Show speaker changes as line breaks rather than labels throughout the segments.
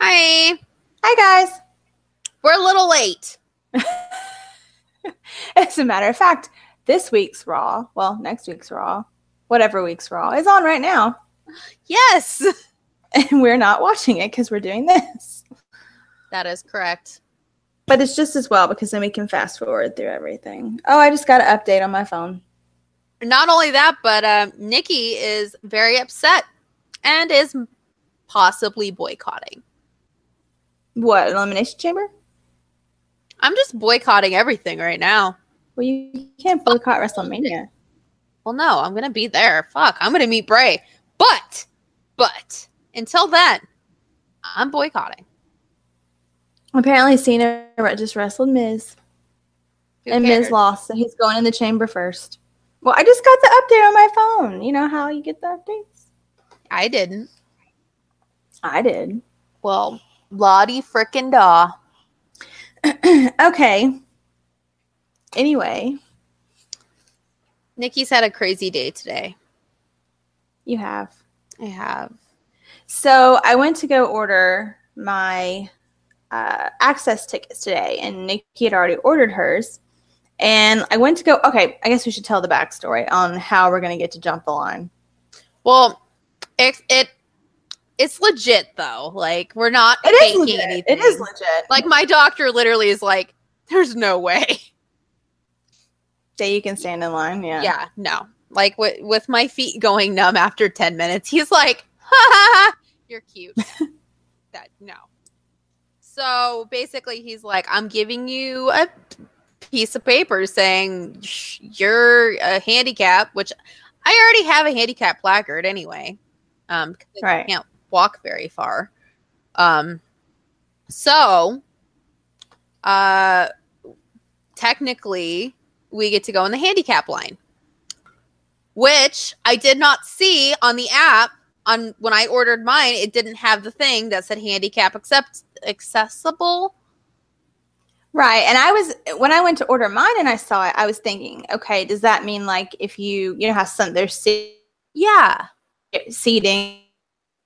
Hi.
Hi, guys.
We're a little late.
As a matter of fact, this week's Raw, well, next week's Raw, whatever week's Raw, is on right now.
Yes.
And we're not watching it because we're doing this.
That is correct.
But it's just as well because then we can fast forward through everything. Oh, I just got an update on my phone.
Not only that, but um, Nikki is very upset and is possibly boycotting.
What, an elimination chamber?
I'm just boycotting everything right now.
Well, you can't boycott
Oh.
WrestleMania.
Well, no, I'm going to be there. Fuck, I'm going to meet Bray. But, but until then, I'm boycotting.
Apparently, Cena just wrestled Miz,
Who
and
cares?
Miz lost, so he's going in the chamber first. Well, I just got the update on my phone. You know how you get the updates?
I didn't.
I did.
Well, Lottie frickin' da.
okay. Anyway,
Nikki's had a crazy day today.
you have.
I have.
So I went to go order my uh, access tickets today, and Nikki had already ordered hers. And I went to go. Okay, I guess we should tell the backstory on how we're going to get to jump the line.
Well, it, it it's legit though. Like we're not
It is
faking
legit.
anything.
It is legit.
like my doctor literally is like, "There's no way."
day you can stand in line. Yeah.
Yeah, no. Like with with my feet going numb after ten minutes, he's like, "Ha ha, ha you're cute." that no. So basically, he's like, "I'm giving you a piece of paper saying sh- you're a handicap," which I already have a handicap placard anyway. Um, 'cause I
Right.
can't walk very far. Um, so, uh, technically, we get to go in the handicap line, which I did not see on the app. On when I ordered mine, it didn't have the thing that said handicap accept accessible.
Right. And I was when I went to order mine and I saw it, I was thinking, okay, does that mean like if you you know how some there's se-
Yeah,
seating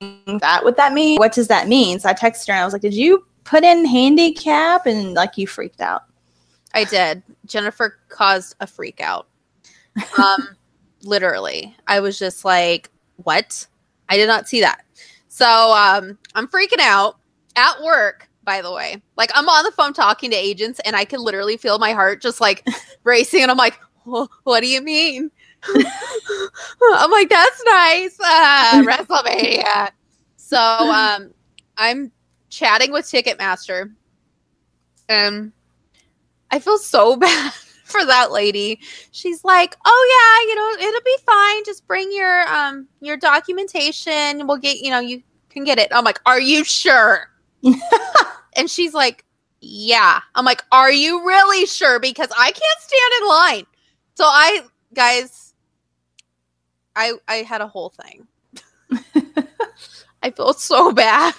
that what that mean? What does that mean? So I texted her and I was like, did you put in handicap? And like you freaked out.
I did. Jennifer caused a freak out. Um, literally, I was just like, "What?" I did not see that. So um, I'm freaking out at work. By the way, like I'm on the phone talking to agents, and I can literally feel my heart just like racing, and I'm like, "Wha- "What do you mean?" I'm like, "That's nice, uh, WrestleMania." So um, I'm chatting with Ticketmaster, and Um, I feel so bad for that lady. She's like, "Oh yeah, you know, it'll be fine. Just bring your um your documentation. We'll get, you know, you can get it." I'm like, "Are you sure?" and she's like, "Yeah." I'm like, "Are you really sure because I can't stand in line." So I guys I I had a whole thing. I feel so bad.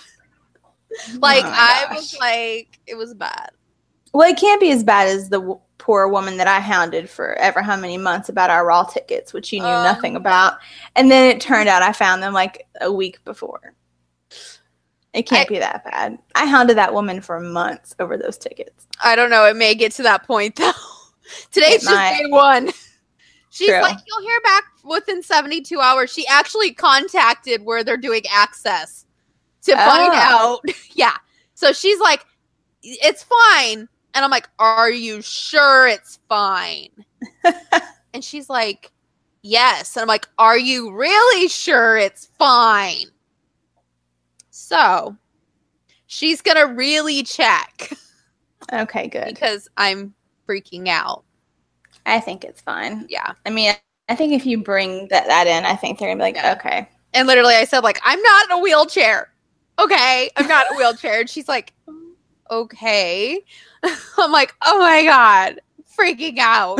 Like
Oh my
I
gosh.
was like it was bad.
Well, it can't be as bad as the w- poor woman that I hounded for ever how many months about our raw tickets, which you knew
Oh.
nothing about. And then it turned out I found them like a week before. It can't
I-
be that bad. I hounded that woman for months over those tickets.
I don't know. It may get to that point though. Today's
It
just
might.
day one. She's
True.
like, you'll hear back within 72 hours. She actually contacted where they're doing access to find
Oh.
out. yeah. So she's like, it's fine. And I'm like, are you sure it's fine? and she's like, yes. And I'm like, are you really sure it's fine? So she's going to really check
Okay, good.
because I'm freaking out.
I think it's fine.
Yeah.
I mean, I think if you bring that, that in, I think they're gonna be like,
Yeah.
okay,
And literally I said like, I'm not in a wheelchair. Okay. I'm not in a wheelchair. And she's like, okay. I'm like, oh my God. Freaking out.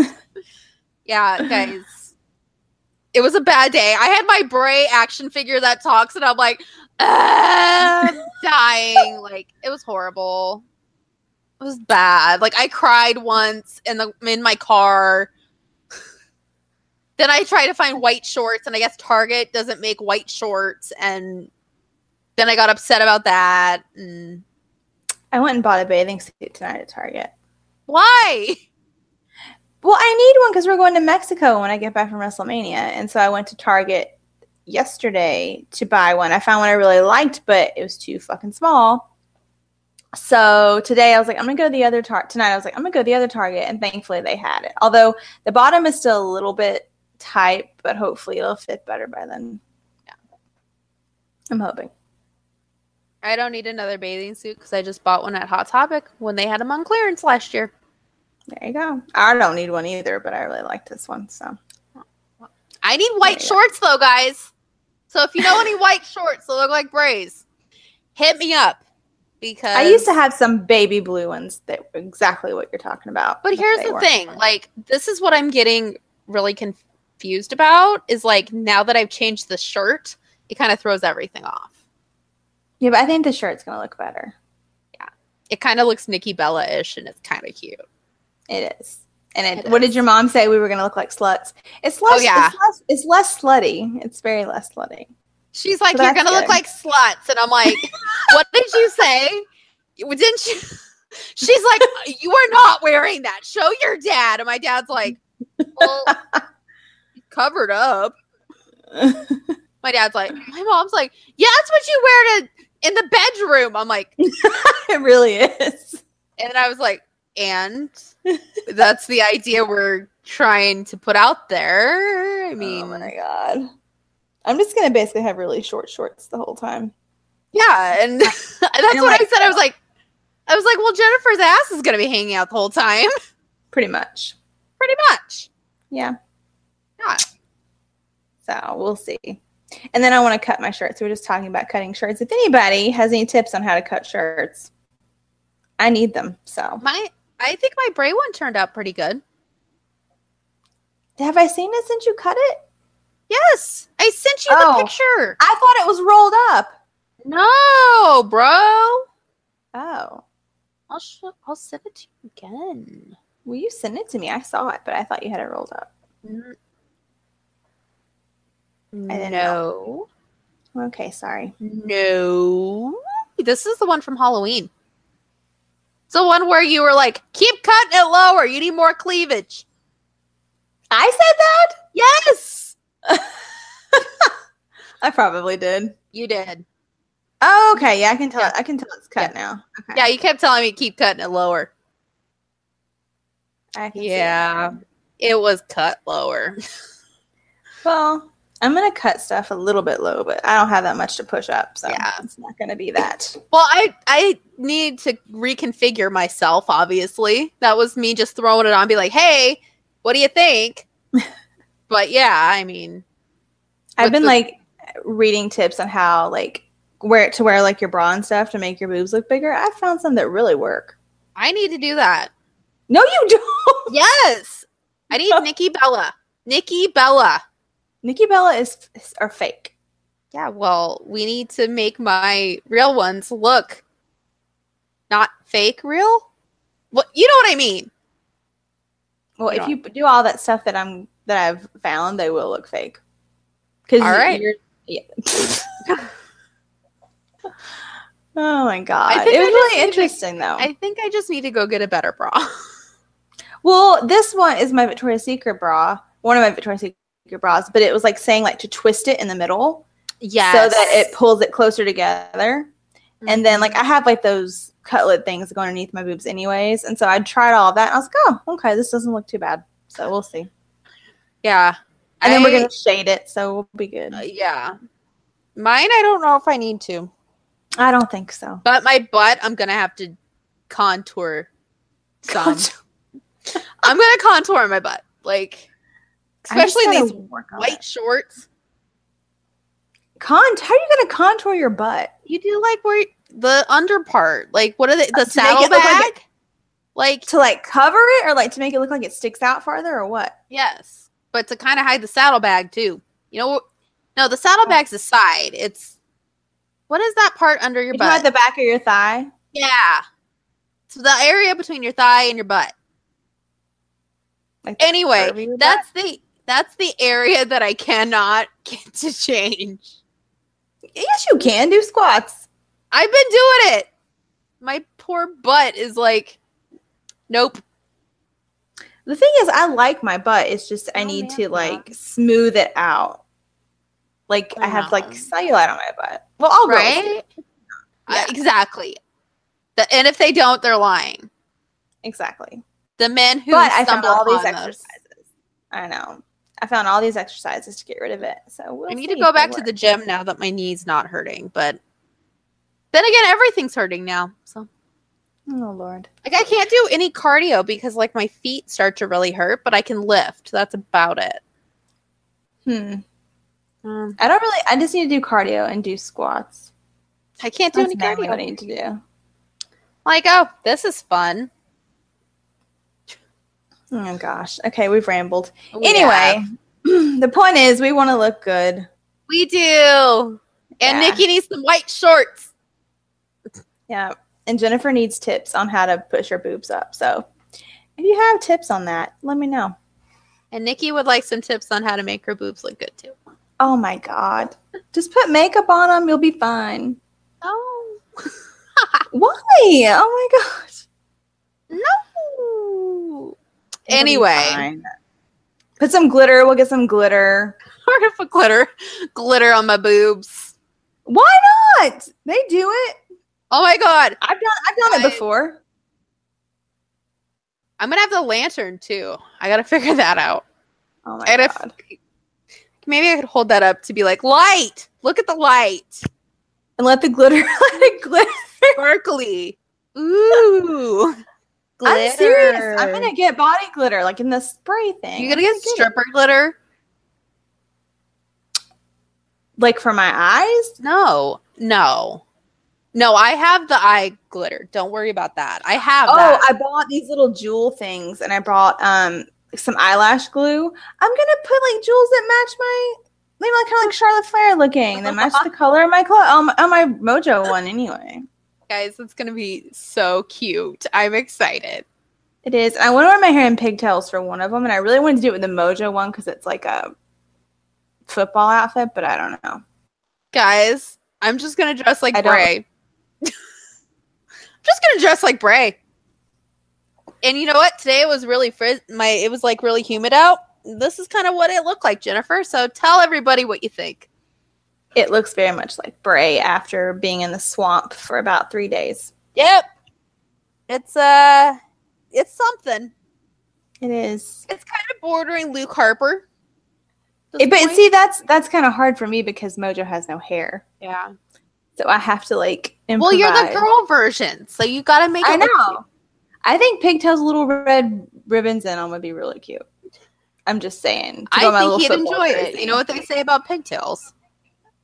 yeah, guys. It was a bad day. I had my Bray action figure that talks, and I'm like, "Ah, I'm dying. Like it was horrible. It was bad. Like I cried once in the in my car. Then I tried to find white shorts, and I guess Target doesn't make white shorts, and Then I got upset about that. And
I went and bought a bathing suit tonight at Target.
why?
Well, I need one because we're going to Mexico when I get back from WrestleMania, and so I went to Target yesterday to buy one. I found one I really liked, but it was too fucking small. So today I was like, I'm gonna go to the other Target tonight. I was like, I'm gonna go to the other Target, and thankfully they had it. Although the bottom is still a little bit tight, but hopefully it'll fit better by then. Yeah, I'm hoping.
I don't need another bathing suit because I just bought one at Hot Topic when they had them on clearance last year.
There you go. I don't need one either, but I really like this one. So
I need white
Yeah.
shorts though, guys. So if you know any white shorts that look like Bray's, hit me up because
I used to have some baby blue ones that were exactly what you're talking about.
But here's
they
the
weren't
thing,
mine.
like this is what I'm getting really confused about is like now that I've changed the shirt, it kind of throws everything off.
yeah, but I think the shirt's gonna look better.
It kind of looks Nikki Bella-ish and it's kind of cute.
It is. And it,
It Oh,
what did your mom say? We were gonna look like sluts. It's less.
yeah.
It's less, it's less slutty. It's very less slutty.
She's like,
So
"You're
that's
gonna look
good.
like sluts," and I'm like, "What did you say? You- Didn't you?" She's like, "You are not wearing that. Show your dad." And my dad's like, well, "Covered up." My dad's like, "My mom's like, yeah, that's what you wear to in the bedroom." I'm like,
it really is.
and I was like, "And that's the idea we're trying to put out there." I mean,
oh my god. I'm just gonna basically have really short shorts the whole time.
Yeah, and that's what I
like
said. I was like, I was like, well, Jennifer's ass is gonna be hanging out the whole time,
Pretty much.
pretty much.
Yeah.
Yeah.
So we'll see. And then I want to cut my shirts. We were just talking about cutting shirts. If anybody has any tips on how to cut shirts, I need them. So
My, I think my Bray one turned out pretty good.
have I seen it since you cut it?
Yes, I sent you
Oh.
the picture.
I thought it was rolled up.
No, bro,
Oh.
I'll sh- I'll send it to you again.
Will you send it to me? I saw it, but I thought you had it rolled up.
N-
didn't
No,
Okay, sorry.
no, this is the one from Halloween. It's the one where you were like, keep cutting it lower. You need more cleavage.
I said that?
Yes.
I probably did.
You did.
Oh, okay. Yeah, I can tell.
Yeah.
I can tell it's cut now. Okay.
Yeah, you kept telling me to keep cutting it lower.
I can see it.
Yeah. It was cut lower.
Well, I'm gonna cut stuff a little bit low, but I don't have that much to push up, so
Yeah.
it's not gonna be that.
Well, I I need to reconfigure myself, obviously. That was me just throwing it on, be like, hey, what do you think? but yeah, I mean
I've
with
been
the-
like reading tips on how like where to wear like your bra and stuff to make your boobs look bigger. I found some that really work.
I need to do that.
No, you don't.
Yes. I need Nikki Bella. Nikki Bella.
Nikki Bella is is- are fake.
Yeah, well, we need to make my real ones look not fake real. What you know what I mean.
Well,
You're
if you do all that stuff that I'm that I've found, they will look fake. Because
All right.
You're, yeah. oh my god,
I
it
think
was
I just
really
need to-
interesting though.
I think I just need to go get a better bra.
Well, this one is my Victoria's Secret bra, one of my Victoria's Secret bras, but it was like saying like to twist it in the middle
Yes. Mm-hmm.
so that it pulls it closer together. And then like I have like those cutlet things that go underneath my boobs anyways, and so I tried all that. And I was like, oh, okay, this doesn't look too bad. So we'll see.
Mm-hmm. yeah.
And then we're
I- Uh,
gonna shade it, so we'll be good.
yeah. Mine I don't know if I need to.
I don't think so.
But my butt I'm going to have to contour some.
Contour.
I'm going to contour my butt. Like
I just
especially in
gotta
these
work on
white
it.
shorts.
Cont? How are you gonna contour your butt?
You do like where the under part. Like what are they the
Uh, to make
saddle
it look like
bag? Like
To like cover it, or like to make it look like it sticks out farther, or what?
yes. But to kind of hide the saddlebag too. You know no, the saddlebag's
Oh.
the side. It's what is that part under your
You
butt?
at the back of your thigh.
Yeah. So the area between your thigh and your butt.
Like the curve of
Anyway,
your
that's the that's the area that I cannot get to change.
butt? Yes, you can do squats.
I've been doing it. My poor butt is like, nope.
The thing is, I like my butt. It's just I
No,
need
ma'am,
to
no.
like smooth it out. Like I have like
No.
cellulite on my butt. Well, all right.
Right?
Yeah.
Uh, exactly. The, and if they don't, they're lying.
Exactly.
The men who
but I found
stumble
all these
upon those.
exercises. I know. I found all these exercises to get rid of it. So we'll
I need
see
to go
if they
back to the
work.
gym now that my knee's not hurting. But then again, everything's hurting now. So
Oh Lord.
like I can't do any cardio because like my feet start to really hurt, but I can lift. That's about it.
Hmm.
Um,
I don't really. I just need to do cardio and do squats.
I can't do
That's
any
mainly what I
cardio.
need to do.
Like, oh, this is fun.
Oh gosh. Okay, we've rambled.
We have-
Anyway, the point is we want to look good.
we do. And
Yeah.
Nikki needs some white shorts.
Yeah. And Jennifer needs tips on how to push her boobs up. So if you have tips on that, let me know.
And Nikki would like some tips on how to make her boobs look good too.
Oh my God. Just put makeup on them. You'll be fine.
Oh
Why? Oh my gosh.
no.
It'll be
Anyway,
fine. Put some glitter. We'll get some glitter.
sort of a glitter, glitter on my boobs.
Why not? They do it.
Oh my god,
I've done I've done
Why?
it before.
I'm gonna have the lantern too. I gotta figure that out.
Oh my
And if-
god.
Maybe I could hold that up to be like, light. Look at the light,
And let the glitter let it glitter.
sparkly. Ooh,
I'm serious. I'm
Glitter.
gonna get body glitter, like in the spray thing.
You gonna get
it.
stripper glitter?
like for my eyes?
No, no, no. I have the eye glitter. Don't worry about that. I have.
Oh,
that.
I bought these little jewel things and I brought um some eyelash glue. I'm gonna put like jewels that match my maybe like kind of like Charlotte Flair looking that match the color of my clothes on, my- on my mojo one anyway.
guys, it's gonna be so cute. I'm excited.
It is. And I want to wear my hair in pigtails for one of them, and I really wanted to do it with the mojo one because it's like a football outfit, but I don't know.
Guys, I'm just gonna dress like
I don't-
Bray. just gonna dress like Bray. And you know what? Today it was really frizz. My it was like really humid out. This is kind of what it looked like, Jennifer. So tell everybody what you think.
It looks very much like Bray after being in the swamp for about three days.
Yep. It's uh it's something.
It is.
It's kind of bordering Luke Harper. At
It,
this
but
point.
see, that's that's kind of hard for me because Mojo has no hair.
yeah.
So I have to like
Well,
improvise.
you're the girl version, so you gotta make. It
I
look
know. I think pigtails, with little red ribbons in them would be really cute. I'm just saying. to go my
I
little
think he'd
football
enjoy it.
jersey.
You know what they say about pigtails?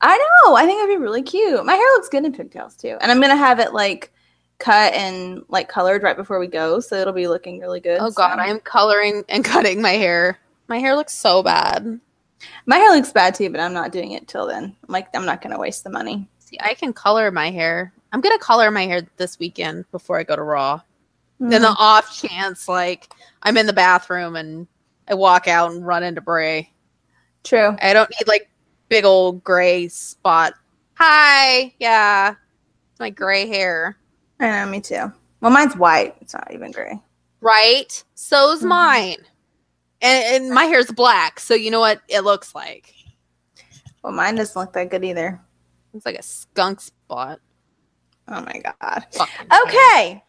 I know. I think it'd be really cute. My hair looks good in pigtails too, and I'm gonna have it like cut and like colored right before we go, so it'll be looking really good.
Oh god,
so.
I am coloring and cutting my hair. My hair looks so bad.
my hair looks bad too, but I'm not doing it till then. I'm like, I'm not gonna waste the money.
See, I can color my hair. I'm gonna color my hair this weekend before I go to Raw.
Mm.
Then
Mm-hmm.
the off chance, like I'm in the bathroom and I walk out and run into Bray.
True.
I don't need like big old gray spot. Hi, yeah, my gray hair.
I know. Me too. Well, mine's white. It's not even gray.
right? So's
Mhm.
mine. And, and my hair's black, so you know what it looks like.
Well, mine doesn't look that good either.
It's like a skunk spot.
Oh my god.
Fucking hair.
Okay.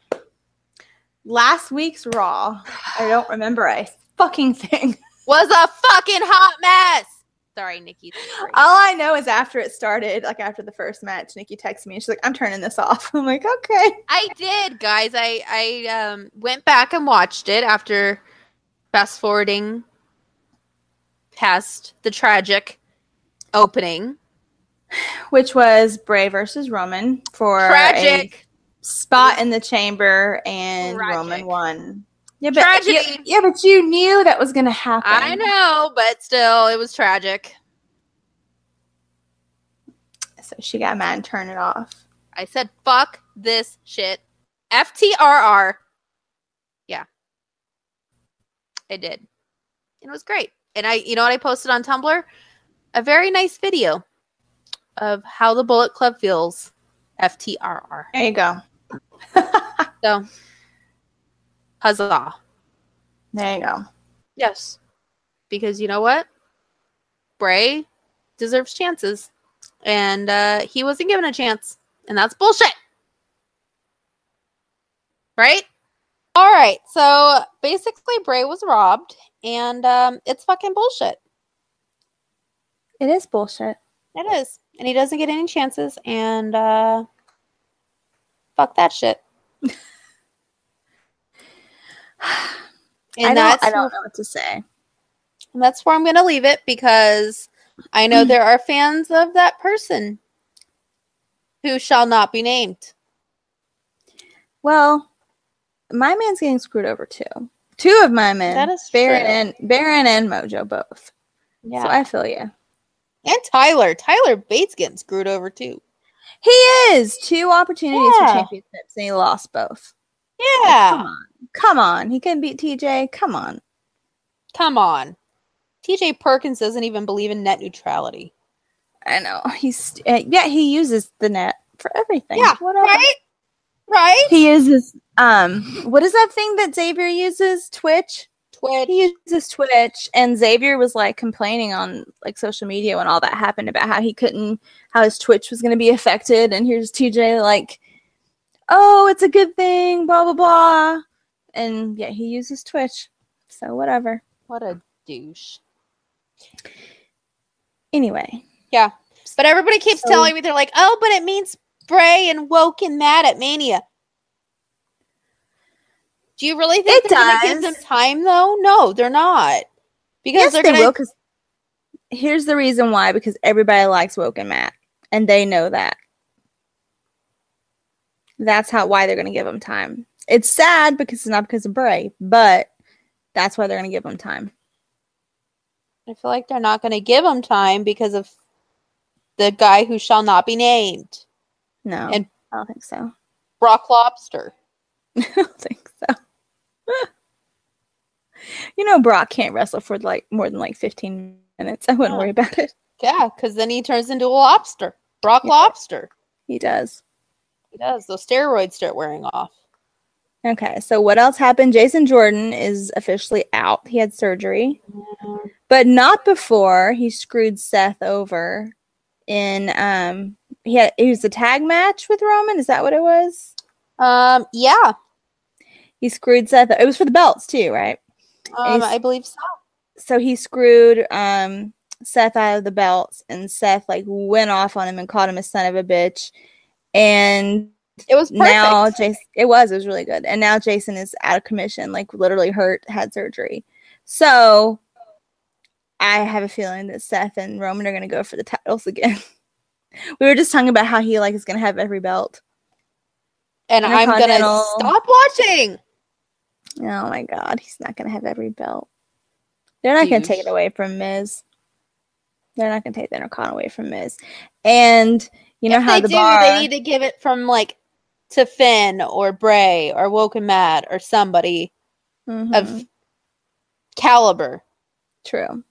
Last week's Raw. I don't remember a fucking thing.
Was a fucking hot mess. Uh, Sorry, Nikki. Sorry.
All I know is after it started, like after the first match, Nikki texted me and she's like, I'm turning this off. I'm like, okay.
I did, guys. I I um went back and watched it after fast forwarding past the tragic opening.
Which was Bray versus Roman for a
Tragic.
spot in the chamber and
Tragic.
Roman won. Yeah, but
Tragedy.
yeah, but you knew that was gonna happen.
I know, but still, it was tragic.
So she got mad and turned it off.
I said, fuck this shit. FTRR. Yeah. I did. And it was great. And I, you know what I posted on Tumblr? A very nice video of how the Bullet Club feels, FTRR.
There you go.
So, huzzah!
There you go.
Yes, because you know what, Bray deserves chances, and uh, he wasn't given a chance, and that's bullshit. Right? All right. So basically, Bray was robbed, and um, it's fucking bullshit.
It is bullshit.
It is. And he doesn't get any chances and uh fuck that shit.
I
And
don't,
that's
I don't know what to say.
and that's where I'm gonna leave it because I know there are fans of that person who shall not be named.
Well, my man's getting screwed over too. Two of my men.
That is
Baron
true.
and Baron and Mojo both. So
Yeah.
I feel you.
and Tyler. Tyler Bates getting screwed over too.
He is two opportunities
Yeah.
for championships and he lost both. Like, Come
Yeah.
on. Come on. He couldn't beat TJ. Come on.
Come on. TJ Perkins doesn't even believe in net neutrality.
I know. He's uh, yeah, he uses the net for everything.
Yeah,
What else?
Right? Right?
He uses um what is that thing that Xavier uses? Twitch?
Twitch.
He uses Twitch and Xavier was like complaining on like social media when all that happened about how he couldn't how his Twitch was gonna be affected and here's TJ like Oh, it's a good thing, blah blah blah. And yeah, he uses Twitch. So whatever.
What a douche.
Anyway.
But everybody keeps
So-
telling me they're like, oh, but it means Bray and Woke and mad at Mania. Do you really think
It
they're gonna give
does.
them time though? No, they're not. Because
Yes,
they're
they
gonna
will. Because here's the reason why: because everybody likes Woken Matt, and they know that. That's how why they're going to give him time. It's sad because it's not because of Bray, but that's why they're going to give him time.
I feel like they're not gonna give them time because of the guy who shall not be named.
No,
And-
I don't think so.
Brock Lobster.
I don't think so. you know, Brock can't wrestle for like more than like 15 minutes. I wouldn't
No.
worry about it.
Yeah, because then he turns into a lobster. Brock
Yeah.
Lobster.
He does.
He does. Those steroids start wearing off.
Okay, so what else happened? Jason Jordan is officially out. He had surgery. but not before he screwed Seth over in um he had it was a tag match with Roman, is that what it was?
Um, yeah.
He screwed Seth it was for the belts too, right?
Um,
Ace-
I believe so.
So he screwed um Seth out of the belts and Seth like went off on him and called him a son of a bitch. And
It was perfect.
now Jason it was, it was really good. And now Jason is out of commission, like literally hurt, had surgery. So I have a feeling that Seth and Roman are gonna go for the titles again. we were just talking about how he like is gonna have every belt.
and I'm gonna
Intercontinental.
stop watching.
Oh my god, he's not gonna have every belt. They're not gonna take
Douche.
it away from Miz. They're not gonna take the Intercon away from Miz. And you know
if
how
they
the
do,
bar
they need to give it from like to Finn or Bray or Woken Mad or somebody
Mhm,
of caliber
true.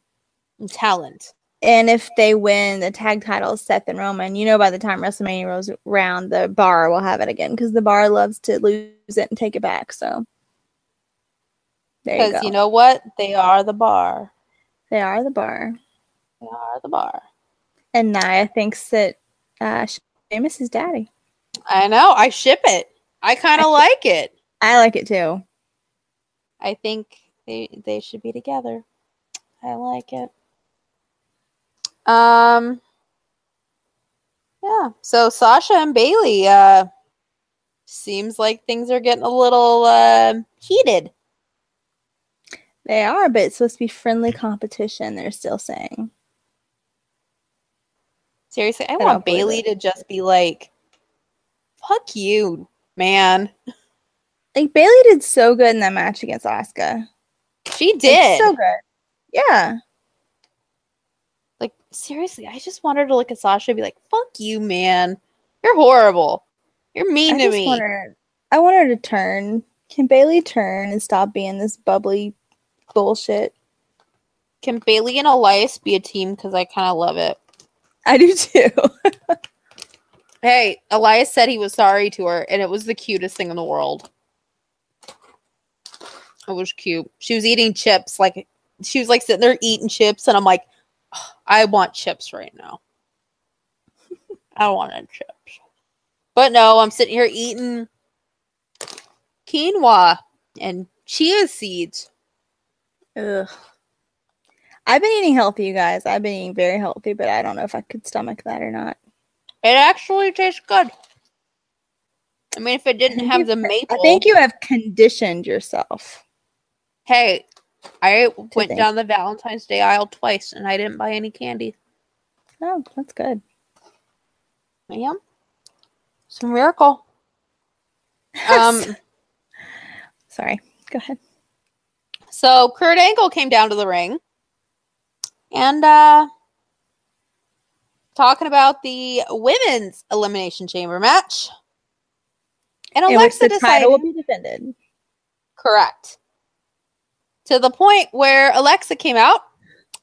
and talent.
And if they win the tag titles, Seth and Roman, you know by the time WrestleMania rolls around, the bar will have it again because the bar loves to lose it and take it back. So there you go.
Because you know what? They are the bar.
they are the bar.
They are the bar.
And Naya thinks that uh, Seamus is daddy.
I know. I ship it. I kind of like it.
I like it too.
I think they they should be together. I like it. Um Yeah. So Sasha and Bailey uh seems like things are getting a little uh, heated.
They are, but it's supposed to be friendly competition, they're still saying.
Seriously, I,
don't
want
believe
Bailey to just be like fuck you, man.
Like Bailey did so good in that match against Asuka.
She
Like,
did.
so good. Yeah.
like seriously, I just want her to look at Sasha and be like, "Fuck you, man. You're horrible. You're mean
I
to
just
me."
want her. I want her to turn. Can Bailey turn and stop being this bubbly bullshit?
Can Bailey and Elias be a team? Because I kind of love it.
I do too.
Hey, Elias said he was sorry to her, and it was the cutest thing in the world. It was cute. She was eating chips, like she was like sitting there eating chips, and I'm like, "Ugh, I want chips right now. I want chips, but no, I'm sitting here eating quinoa and chia seeds.
Ugh. I've been eating healthy, you guys. I've been eating very healthy, but I don't know if I could stomach that or not.
It actually tastes good. I mean, if it didn't have the maple,
I think you have conditioned yourself.
Hey, I went
think.
down the Valentine's Day aisle twice and I didn't buy any candy.
Oh, that's good.
Ma'am, it's a miracle. Um,
Sorry. Go ahead.
so Kurt Angle came down to the ring and uh, talking about the women's elimination chamber match. And
In which
Alexa
the
decided
title will be defended.
correct to the point where Alexa came out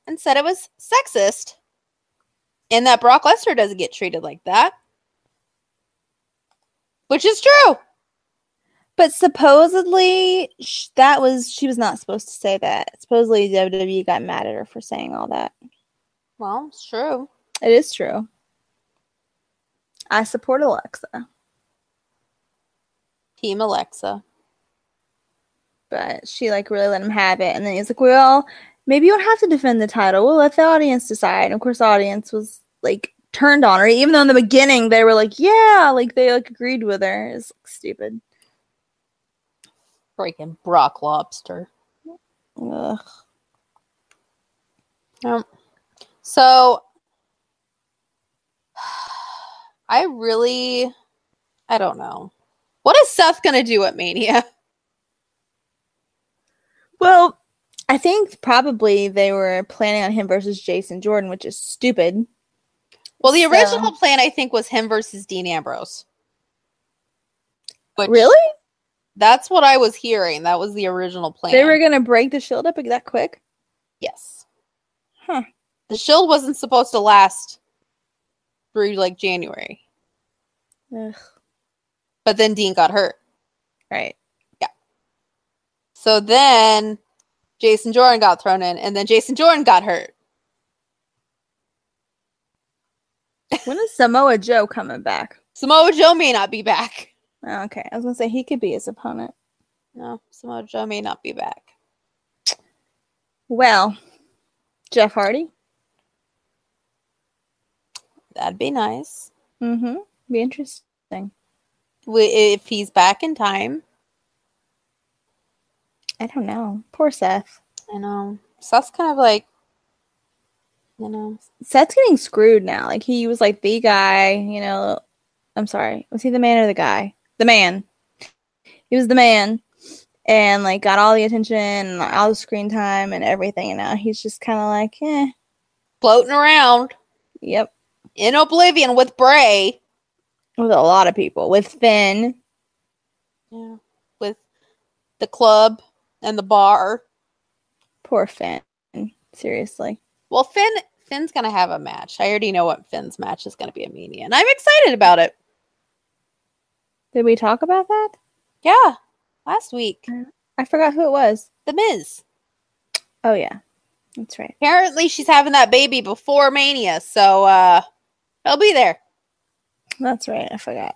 and said it was sexist and that Brock Lesnar doesn't get treated like that, which is true.
But supposedly sh- that was she was not supposed to say that. Supposedly WWE got mad at her for saying all that.
Well, it's true.
It is true. I support Alexa,
Team Alexa.
but she like really let him have it, and then he's like, "Well, maybe you don't have to defend the title. We'll let the audience decide." And of course, the audience was like turned on her, even though in the beginning they were like, "Yeah," like they like agreed with her. It's like, stupid.
Freaking Brock Lobster.
Ugh.
So I really I don't know. What is Seth gonna do at Mania?
Well, I think probably they were planning on him versus Jason Jordan, which is stupid.
Well, the
So-
original plan I think was him versus Dean Ambrose. Which-
Really?
That's what I was hearing. That was the original plan.
They were gonna break the shield up that quick?
yes.
Huh.
The shield wasn't supposed to last through like January,
Ugh.
but then Dean got hurt.
Right.
So then Jason Jordan got thrown in, and then Jason Jordan got hurt.
When is Samoa Joe coming back?
Samoa Joe may not be back.
Oh, okay, I was gonna say he could be his opponent.
No, Samoa Joe may not be back.
Well, Jeff Hardy.
That'd be nice.
Mm-hmm. Be interesting.
We, if he's back in time,
I don't know. Poor Seth.
I know. So that's kind of like, you know,
Seth's getting screwed now. Like he was like the guy, you know. I'm sorry. Was he the man or the guy? The man. He was the man. And like got all the attention and all the screen time and everything and now he's just kinda like, eh,
floating around
yep.
in oblivion with Bray.
With a lot of people. With Finn.
Yeah. With the club and the bar.
Poor Finn. Seriously.
Well, Finn Finn's gonna have a match. I already know what Finn's match is gonna be a mania, and I'm excited about it.
Did we talk about that?
Yeah. Last week.
I forgot who it was.
The Miz.
Oh yeah. That's right.
Apparently she's having that baby before Mania, so uh he'll be there.
That's right. I forgot.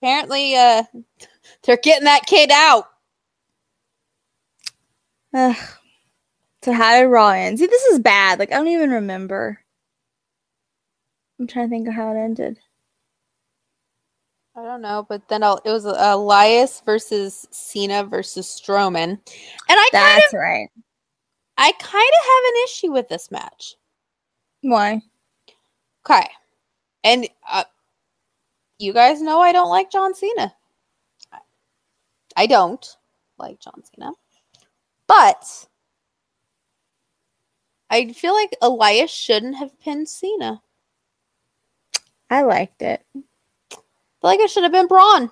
Apparently, uh they're getting that kid out.
Ugh. So how did Raw end? See, this is bad. Like I don't even remember. I'm trying to think of how it ended.
I don't know, but then I'll, it was uh, Elias versus Cena versus Strowman, and I kind of,
That's right.
I kind of have an issue with this match.
Why?
Okay. And uh, you guys know I don't like John Cena. I- I don't like John Cena. But I feel like Elias shouldn't have pinned Cena.
I liked it.
I feel like it should have been Braun.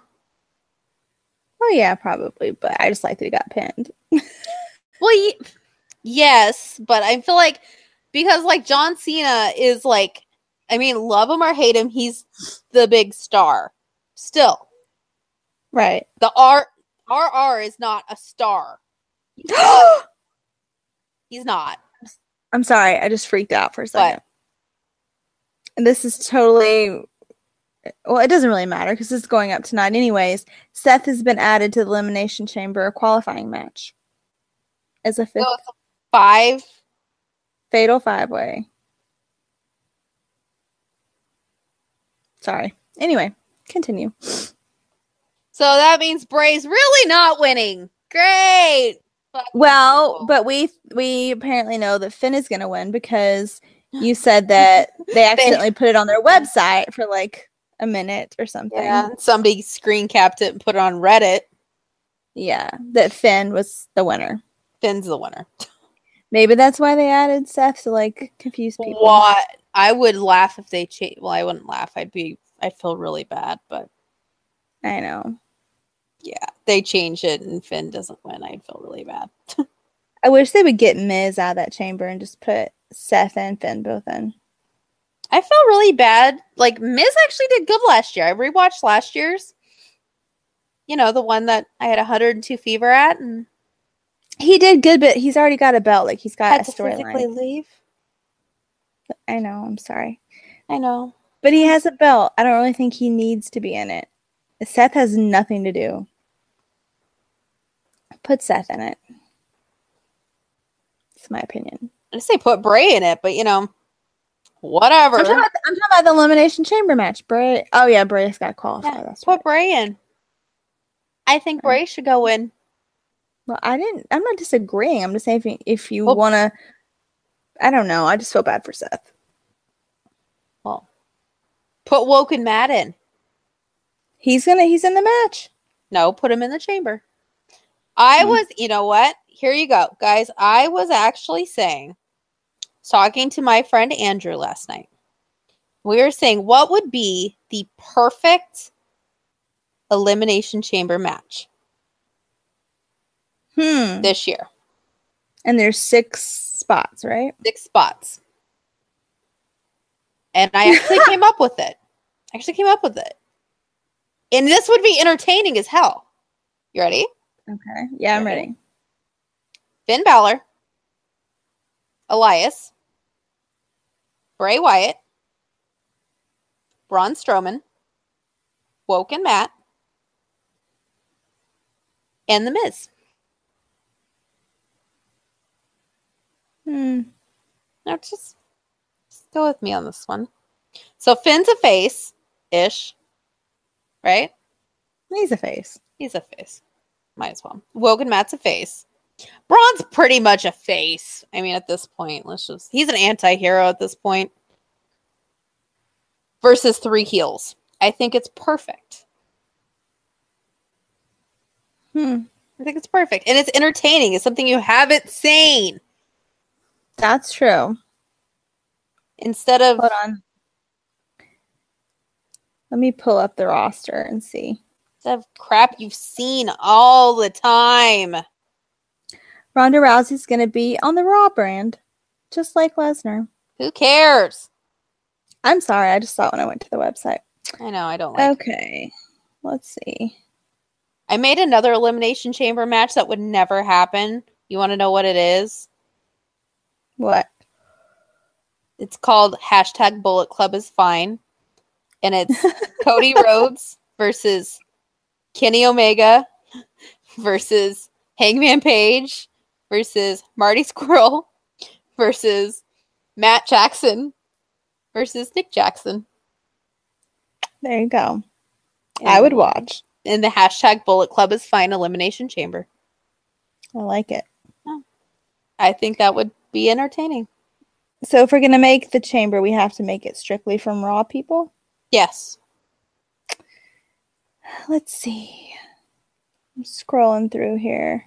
Oh yeah, probably. But I just liked that he got pinned.
Well, ye- yes, but I feel like because like John Cena is like I mean, love him or hate him, he's the big star. Still,
Right.
the R RR is not a star. He's not.
I'm sorry. I just freaked out for a second. And this is totally. Well, it doesn't really matter because it's going up tonight, anyways. Seth has been added to the Elimination Chamber qualifying match as a fifth,
So it's a five.
fatal five way. Sorry. Anyway, continue.
So that means Bray's really not winning. Great. Fucking
Well,
people.
but we we apparently know that Finn is going to win because you said that they accidentally put it on their website for like a minute or something.
yeah, somebody screen capped it and put it on Reddit.
Yeah, that Finn was the winner.
Finn's the winner.
Maybe that's why they added Seth to like confuse people.
What? I would laugh if they changed. Well, I wouldn't laugh. I'd be. I would feel really bad, but
I know.
yeah, they changed it and Finn doesn't win. I'd feel really bad.
I wish they would get Miz out of that chamber and just put Seth and Finn both in.
I felt really bad. Like Miz actually did good last year. I rewatched last year's. You know, the one that I had 102 fever at and
He did good, but he's already got a belt. Like he's got
had
a
to physically
storyline.
leave.
I know. I'm sorry,
I know.
but he has a belt. I don't really think he needs to be in it. Seth has nothing to do. Put Seth in it. It's my opinion.
I just say put Bray in it, but you know, whatever.
I'm talking, about the, I'm talking about the elimination chamber match. Bray. Oh yeah, Bray's got qualified.
Yeah,
That's right.
put Bray in. I think Bray should go win.
Well, I didn't. I'm not disagreeing. I'm just saying if you, if you
Well-
want to, I don't know. I just feel bad for Seth.
Put Woken Matt in.
He's gonna. He's in the match.
No, put him in the chamber. I
Hmm.
was, you know what? Here you go, guys. I was actually saying, talking to my friend Andrew last night. We were saying, what would be the perfect elimination chamber match
Hmm.
this year?
And there's six spots, right?
Six spots. And I actually came up with it. I actually came up with it. And this would be entertaining as hell. You ready?
Okay. Yeah, I'm
Ready?
ready.
Finn Balor, Elias, Bray Wyatt, Braun Strowman, Woke and Matt, and The Miz.
Hmm.
Now just, just go with me on this one. So Finn's a face ish, right?
He's a face.
He's a face. Might as well. Wogan Matt's a face. Braun's pretty much a face. I mean, at this point, let's just. He's an anti hero at this point. Versus three heels. I think it's perfect.
Hmm.
I think it's perfect. And it's entertaining. It's something you haven't seen.
That's true.
Instead of.
Hold on. Let me pull up the roster and see.
Instead of crap you've seen all the time.
Ronda Rousey's gonna be on the Raw brand, just like Lesnar.
Who cares?
I'm sorry. I just saw it when I went to the website.
I know, I don't like.
okay. Let's see.
I made another Elimination Chamber match that would never happen. You want to know what it is?
What?
It's called hashtag Bullet Club is fine, and it's Cody Rhodes versus Kenny Omega versus Hangman Page versus Marty Squirrel versus Matt Jackson versus Nick Jackson.
There you go. I would watch.
in the hashtag Bullet Club is fine elimination chamber.
I like it.
I think that would be entertaining.
So if we're gonna make the chamber, we have to make it strictly from raw people.
Yes,
Let's see. I'm scrolling through here.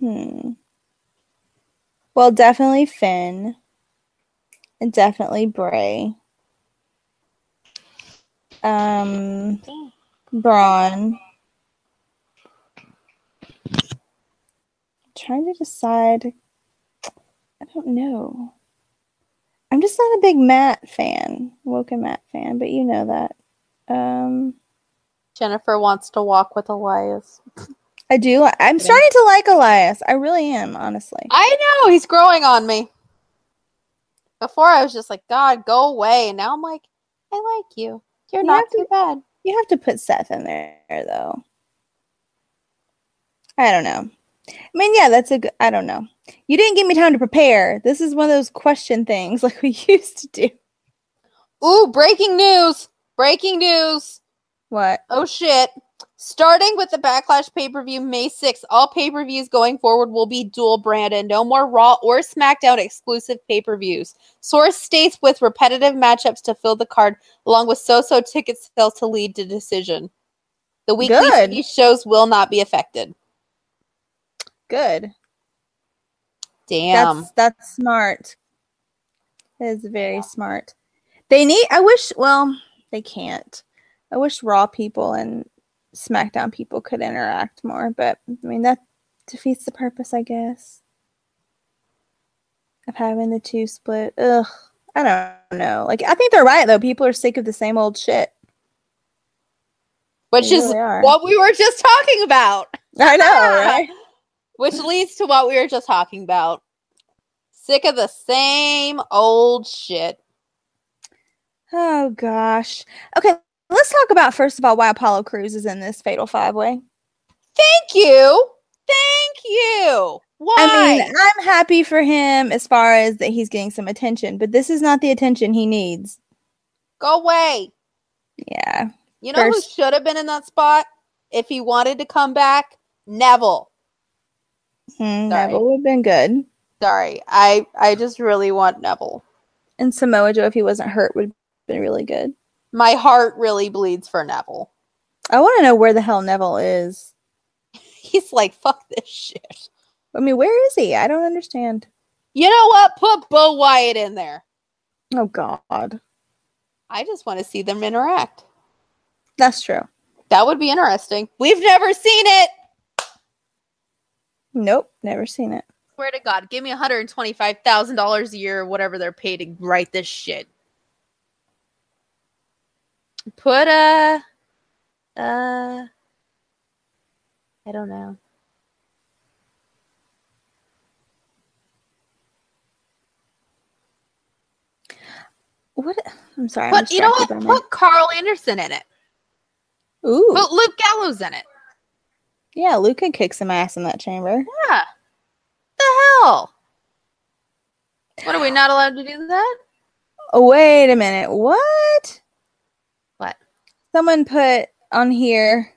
Hmm. Well, definitely Finn. And definitely Bray. Um Braun. trying to decide. I don't know. I'm just not a big Matt fan, Woken Matt fan, but you know that. Um,
Jennifer wants to walk with Elias.
I do. li- I'm
Yeah.
starting to like Elias. I really am, honestly.
I know he's growing on me. Before I was just like, God, go away. And now I'm like, I like you. You're
You
not
have to-
too bad.
You have to put Seth in there, though. I don't know. I mean, yeah, that's a good. I don't know. You didn't give me time to prepare. This is one of those question things like we used to do.
Ooh, breaking news! Breaking news!
What?
Oh shit! Starting with the Backlash pay per view May 6th, all pay per views going forward will be dual branded. No more Raw or SmackDown exclusive pay per views. Source states with repetitive matchups to fill the card, along with so so ticket sales to lead to decision. The weekly
Good.
TV shows will not be affected.
Good.
Damn.
That's that's smart. That is very smart. They need. I wish. Well, they can't. I wish Raw people and SmackDown people could interact more, but I mean that defeats the purpose, I guess, of having the two split. Ugh. I don't know. Like, I think they're right though. People are sick of the same old shit.
Which
They
is
really are.
what we were just talking about.
I know,
Ah!
right?
Which leads to what we were just talking about. Sick of the same old shit.
Oh gosh. Okay, let's talk about first of all why Apollo Cruz is in this Fatal Five Way.
Thank you. Thank you. Why?
I mean, I'm happy for him as far as that he's getting some attention, but this is not the attention he needs.
Go away.
Yeah.
You know
First-
who should have been in that spot if he wanted to come back? Neville.
Hmm,
Sorry.
Neville would have been good.
Sorry. I I just really want Neville.
And Samoa Joe, if he wasn't hurt, would have been really good.
My heart really bleeds for Neville.
I want to know where the hell Neville is.
He's like, fuck this shit.
I mean, where is he? I don't understand.
You know what? Put Bo Wyatt in there.
Oh, God.
I just want to see them interact.
That's true.
That would be interesting. We've never seen it.
Nope. Never seen it.
Swear to God, give me $125,000 a year, whatever they're paid to write this shit. Put a. Uh. I don't know.
What? I'm sorry. I'm
Put, you know what?
distracted by my-
Put Carl Anderson in it.
Ooh.
Put Luke Gallows in it.
Yeah, Luca kicks some ass in that chamber.
Yeah. The hell? What are we not allowed to do that?
Oh, wait a minute. What?
What?
Someone put on here,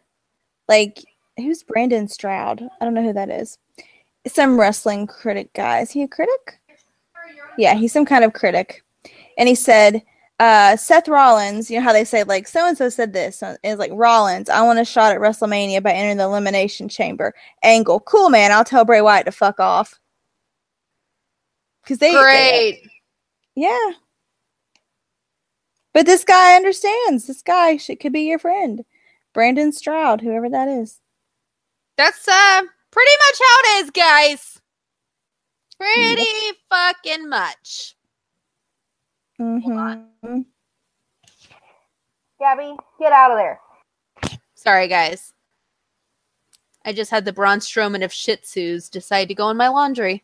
like, who's Brandon Stroud? I don't know who that is. Some wrestling critic guy. Is he a critic? Yeah, he's some kind of critic. And he said, uh, Seth Rollins, you know how they say, like, so and so said this. So It's like, Rollins, I want a shot at WrestleMania by entering the Elimination Chamber. Angle, cool, man. I'll tell Bray Wyatt to fuck off. Because they. they-
Great.
yeah. But this guy understands. This guy should, could be your friend. Brandon Stroud, whoever that is.
That's uh pretty much how it is, guys. Pretty fucking much. on.
Mhm.
Gabby, get out of there. Sorry, guys. I just had the Braun Strowman of Shih Tzus decide to go in my laundry.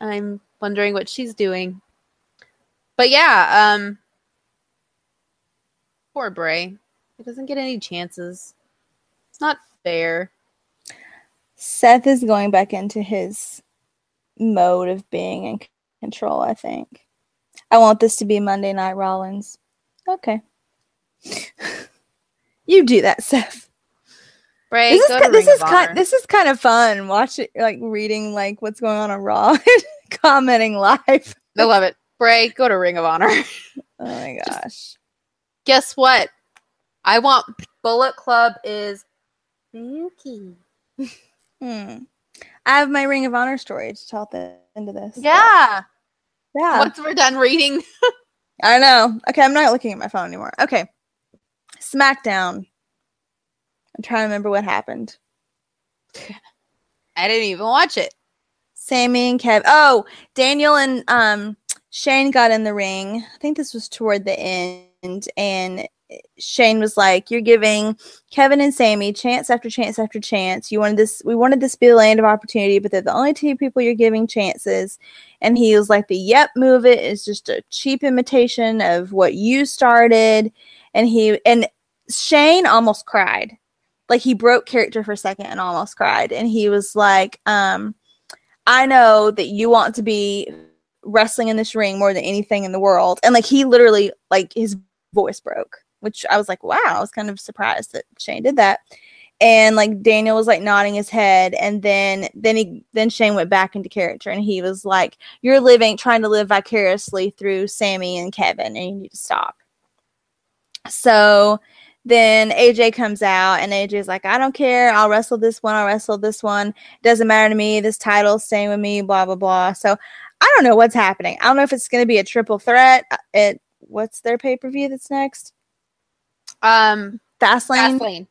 I'm wondering what she's doing. But yeah, um, poor Bray. He doesn't get any chances. It's not fair.
Seth is going back into his mode of being in c- control, I think. I want this to be Monday Night Rollins. Okay. you do that, Seth.
Bray,
This
go
is,
to
ki- this
Ring
is
of
kind
Honor.
this is kind of fun watching like reading like what's going on on Raw and commenting live.
I love it. Bray, go to Ring of Honor.
Oh my
Just-
gosh.
guess what? I want Bullet Club is spooky.
Hmm. I have my Ring of Honor story to tell at the end of this.
Yeah.
Yeah.
Once we're done reading,
I know. Okay, I'm not looking at my phone anymore. Okay. SmackDown. I'm trying to remember what happened.
I didn't even watch it.
Sammy and Kev. Oh, Daniel and um Shane got in the ring. I think this was toward the end, and Shane was like, "You're giving Kevin and Sammy chance after chance after chance. You wanted this. We wanted this to be a land of opportunity, but they're the only two people you're giving chances." And he was like, "The Yep Move It is just a cheap imitation of what you started." And he and Shane almost cried, like he broke character for a second and almost cried. And he was like, um, "I know that you want to be wrestling in this ring more than anything in the world," and like he literally like his voice broke which I was like, wow, I was kind of surprised that Shane did that. And like Daniel was like nodding his head, and then then he then Shane went back into character, and he was like, "You're living, trying to live vicariously through Sammy and Kevin, and you need to stop." So then AJ comes out, and AJ's like, "I don't care. I'll wrestle this one. I'll wrestle this one. Doesn't matter to me. This title's staying with me. Blah blah blah." So I don't know what's happening. I don't know if it's going to be a triple threat. uh, It what's their pay per view that's next?
Um,
Fastlane,
Fastlane.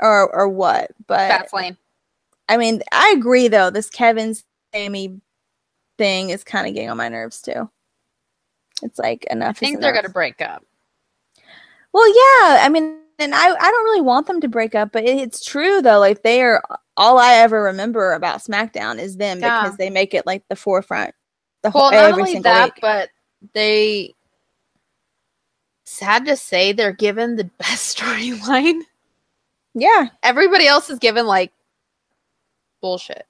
or or what? But
Fastlane.
I mean, I agree though. This Kevin Sammy thing is kind of getting on my nerves too. It's like enough.
I think they're
enough.
gonna break up.
Well, yeah. I mean, and I I don't really want them to break up, but it, it's true though. Like they are all I ever remember about SmackDown is them
Yeah.
because they make it like the forefront. The whole
Well, not
every
only
single
that,
week.
but they. Sad to say, they're given the best storyline.
yeah,
Everybody else is given like bullshit.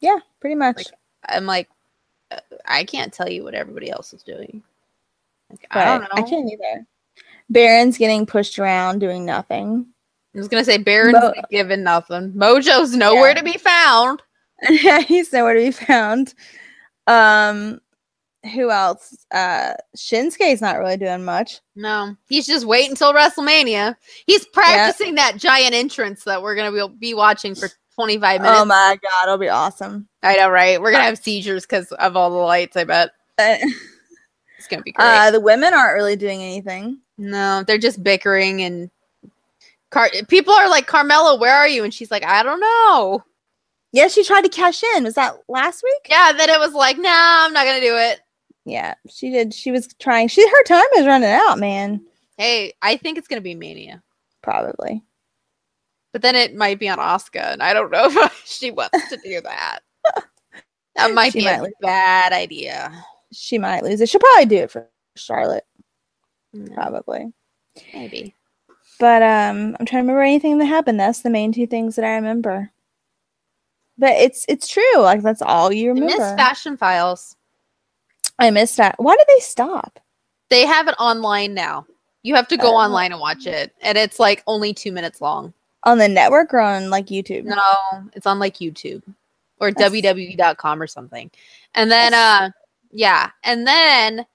yeah, pretty much.
Like, I'm like, uh, I can't tell you what everybody else is doing. Like,
but
I don't know.
I can't either. Baron's getting pushed around doing nothing.
I was gonna say Baron's
Mo-
not given nothing. Mojo's nowhere to be found.
he's nowhere to be found. Um, who else? Uh, Shinsuke's not really doing much.
No, he's just waiting until WrestleMania. He's practicing that giant entrance that we're gonna be, be watching for 25 minutes.
Oh my god, it'll be awesome.
I know, right? We're gonna have seizures because of all the lights. I bet
Uh,
it's gonna be great.
uh, the women aren't really doing anything.
no, they're just bickering and Car- people are like, "Carmela, where are you?" And she's like, "I don't know."
Yeah, she tried to cash in. Was that last week?
Yeah, then it was like, "Nah, I'm not gonna do it."
Yeah, she did. She was trying. She her time is running out, man.
Hey, I think it's gonna be Mania,
Probably.
but then it might be on Oscar, and I don't know if she wants to do that. That might
She
be
might
a
leave.
bad idea.
She might lose it. She'll probably do it for Charlotte. Mm,
No,
Probably.
maybe.
But um, I'm trying to remember anything that happened. That's the main two things that I remember. But it's it's true. Like that's all you
I
remember.
miss Fashion Files.
I missed that. Why did they stop?
They have it online now. You have to go
Oh.
online and watch it, and it's like only two minutes long.
On the network or on like YouTube?
No, it's on like YouTube or
That's-
www.com or something. And then, uh, yeah, and then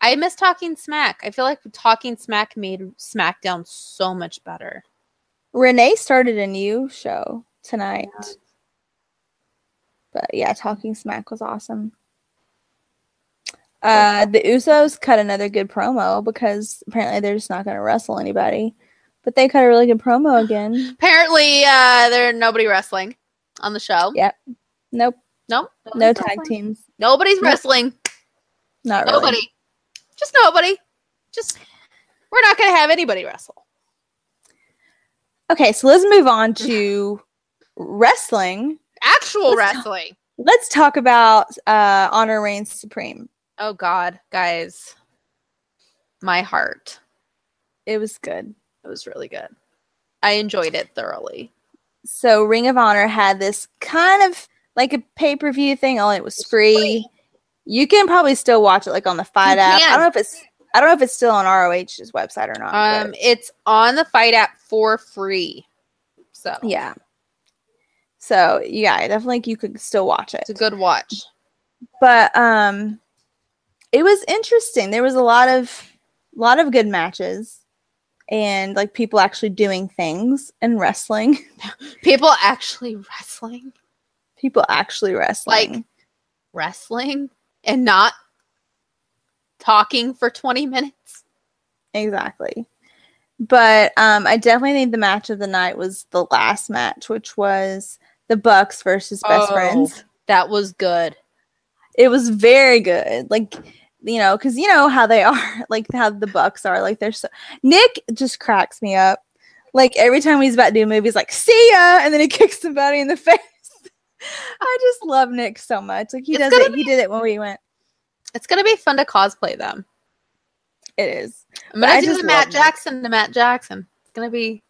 I miss Talking Smack. I feel like Talking Smack made SmackDown so much better.
Renee started a new show tonight.
Yeah.
But yeah, Talking Smack was awesome. Uh, the Usos cut another good promo because apparently they're just not going to wrestle anybody. But they cut a really good promo again.
Apparently, uh, there are nobody wrestling on the show.
Yeah. Nope,
Nope.
no
nobody's
tag
wrestling.
teams.
Nobody's
Nope.
wrestling.
Not really.
Nobody. Just nobody. Just we're not gonna have anybody wrestle.
Okay, so let's move on to wrestling.
Actual
Let's-
wrestling.
Let's talk about uh, Honor Reigns Supreme.
Oh God, guys, my heart.
It was good.
It was really good. I enjoyed it thoroughly.
so Ring of Honor had this kind of like a pay per view thing. Only it was free. You can probably still watch it like on the Fight
You
app. I
can.
don't know if it's I don't know if it's still on ROH's website or not.
Um, it's on the Fight app for free, so
but yeah. So yeah, I definitely think you could still watch
it's a
it.
good watch.
But um, it was interesting. There was a lot of lot of good matches and like people actually doing things and wrestling.
People actually wrestling,
people actually wrestling.
wrestling, and not talking for twenty minutes.
Exactly. But um, I definitely think the match of the night was the last match, which was the Bucks versus Best
Oh,
Friends.
That was good.
It was very good. Like, you know, because you know how they are, like how the Bucks are. Like they're so Nick just cracks me up. Like every time he's about to do a movie, he's like, see ya, and then he kicks somebody in the face. I just love Nick so much. Like he
It's
does
gonna
it. he did it when we went.
It's gonna be fun to cosplay them.
It is.
I'm gonna
I
do
just
the Matt
love Nick.
Jackson to Matt Jackson. It's gonna be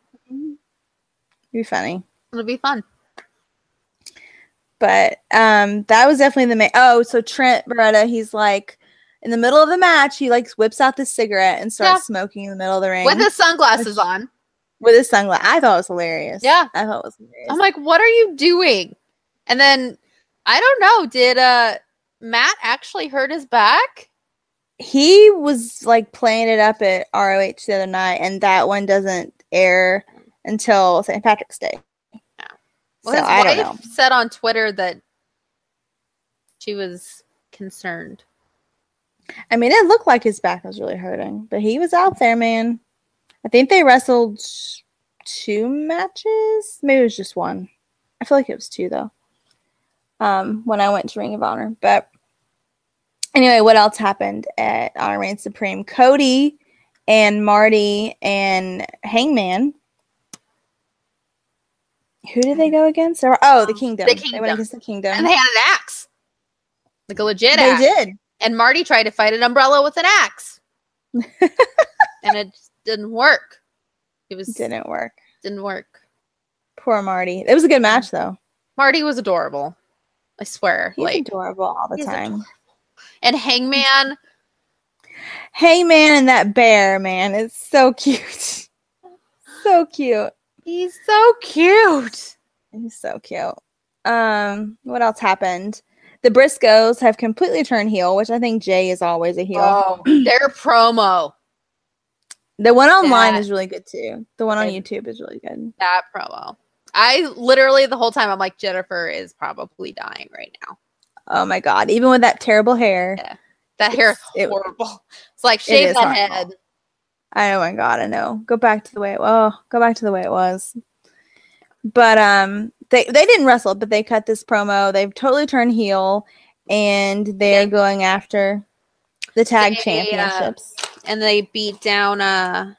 Be funny.
it'll be fun.
But um that was definitely the main oh, so Trent Beretta, he's like in the middle of the match, he like whips out the cigarette and starts smoking in the middle of the ring
With his sunglasses on.
with his sunglasses. I thought it was hilarious.
Yeah.
I thought it was hilarious.
I'm like, what are you doing? And then I don't know, did uh Matt actually hurt his back?
he was like playing it up at ROH the other night, and that one doesn't air until St. Patrick's Day.
Well,
so
his
I don't
wife
know.
said on Twitter that she was concerned.
I mean, it looked like his back was really hurting, but he was out there, man. I think they wrestled two matches. Maybe it was just one. I feel like it was two though. Um, when I went to Ring of Honor, but anyway, what else happened at Honor Reign Supreme? Cody and Marty and Hangman. Who did they go against? They were- Oh, the Kingdom. They
Kingdom.
went against the Kingdom.
And they had an axe. Like a legit
They
axe.
did.
And Marty tried to fight an umbrella with an axe. and it just didn't work. It was didn't.
Didn't work.
work.
Poor Marty. It was a good match though.
Marty was adorable. I swear.
He's
like
adorable all the
he's
time.
and Hangman,
Hey man and that bear man is so cute. so cute.
he's so cute.
He's so cute. Um, what else happened? The Briscoes have completely turned heel, which I think Jay is always a heel.
Oh, their promo.
the one online
that-
is really good too. The one on
It-
YouTube is really good.
That promo. I literally the whole time I'm like Jennifer is probably dying right now.
Oh my god, even with that terrible hair.
Yeah. That hair is
It-
horrible. It's like shave
is
that
horrible.
head.
I oh my god, I know. Go back to the way it was. Oh, go back to the way it was. But um they they didn't wrestle, but they cut this promo. They've totally turned heel and they're going after the tag
They, uh,
championships.
And they beat down uh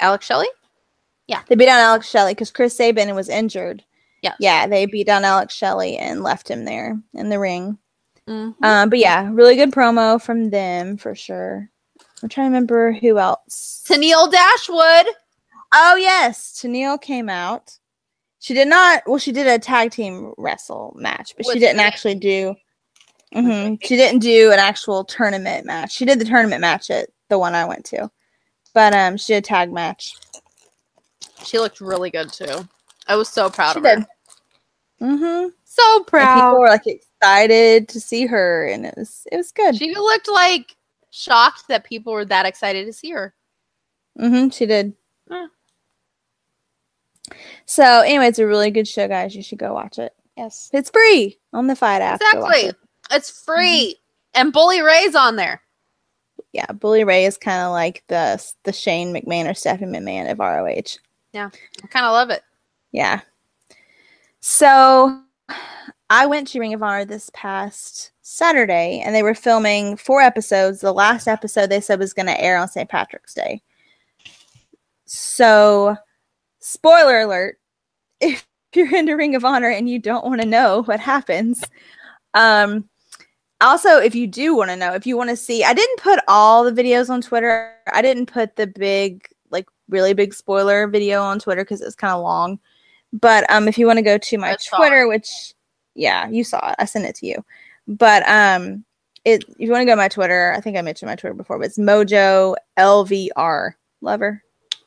Alex Shelley.
They beat down Alex Shelley because Chris Sabin was injured.
Yes.
Yeah, they beat down Alex Shelley and left him there in the ring.
Mhm.
Um, but yeah, really good promo from them for sure. I'm trying to remember who else.
Tennille Dashwood.
Oh yes, Tennille came out. She did not. Well, she did a tag team wrestle match, but she
With
didn't
Jay.
actually do. Mhm, She didn't do an actual tournament match. She did the tournament match at the one I went to, but um, she did a tag match.
She looked really good too. I was so proud
She
of her.
did. Mm-hmm.
So
People
proud.
were like excited to see her, and it was it was good.
She looked like shocked that people were that excited to see her.
Mm-hmm, she did.
Yeah.
So anyway, it's a really good show, guys. You should go watch it.
Yes.
It's free on the fight app. Go watch
Exactly.
it.
It's
Mm-hmm.
free. And Bully Ray's on there.
Yeah, Bully Ray is kind of like the the Shane McMahon or Stephanie McMahon of ROH.
I kind of love it.
Yeah. So I went to Ring of Honor this past Saturday, and they were filming four episodes. The last episode they said was going to air on St. Patrick's Day. So, spoiler alert: if you're into Ring of Honor and you don't want to know what happens, um, also if you do want to know, if you want to see, I didn't put all the videos on Twitter. I didn't put the big, like, really big spoiler video on Twitter because it's kind of long. But um, if you want to go to my
I saw it.
Twitter, which yeah, you saw it, I sent it to you. But um, it if you want to go to my Twitter, I think I mentioned my Twitter before, but it's Mojo LVR lover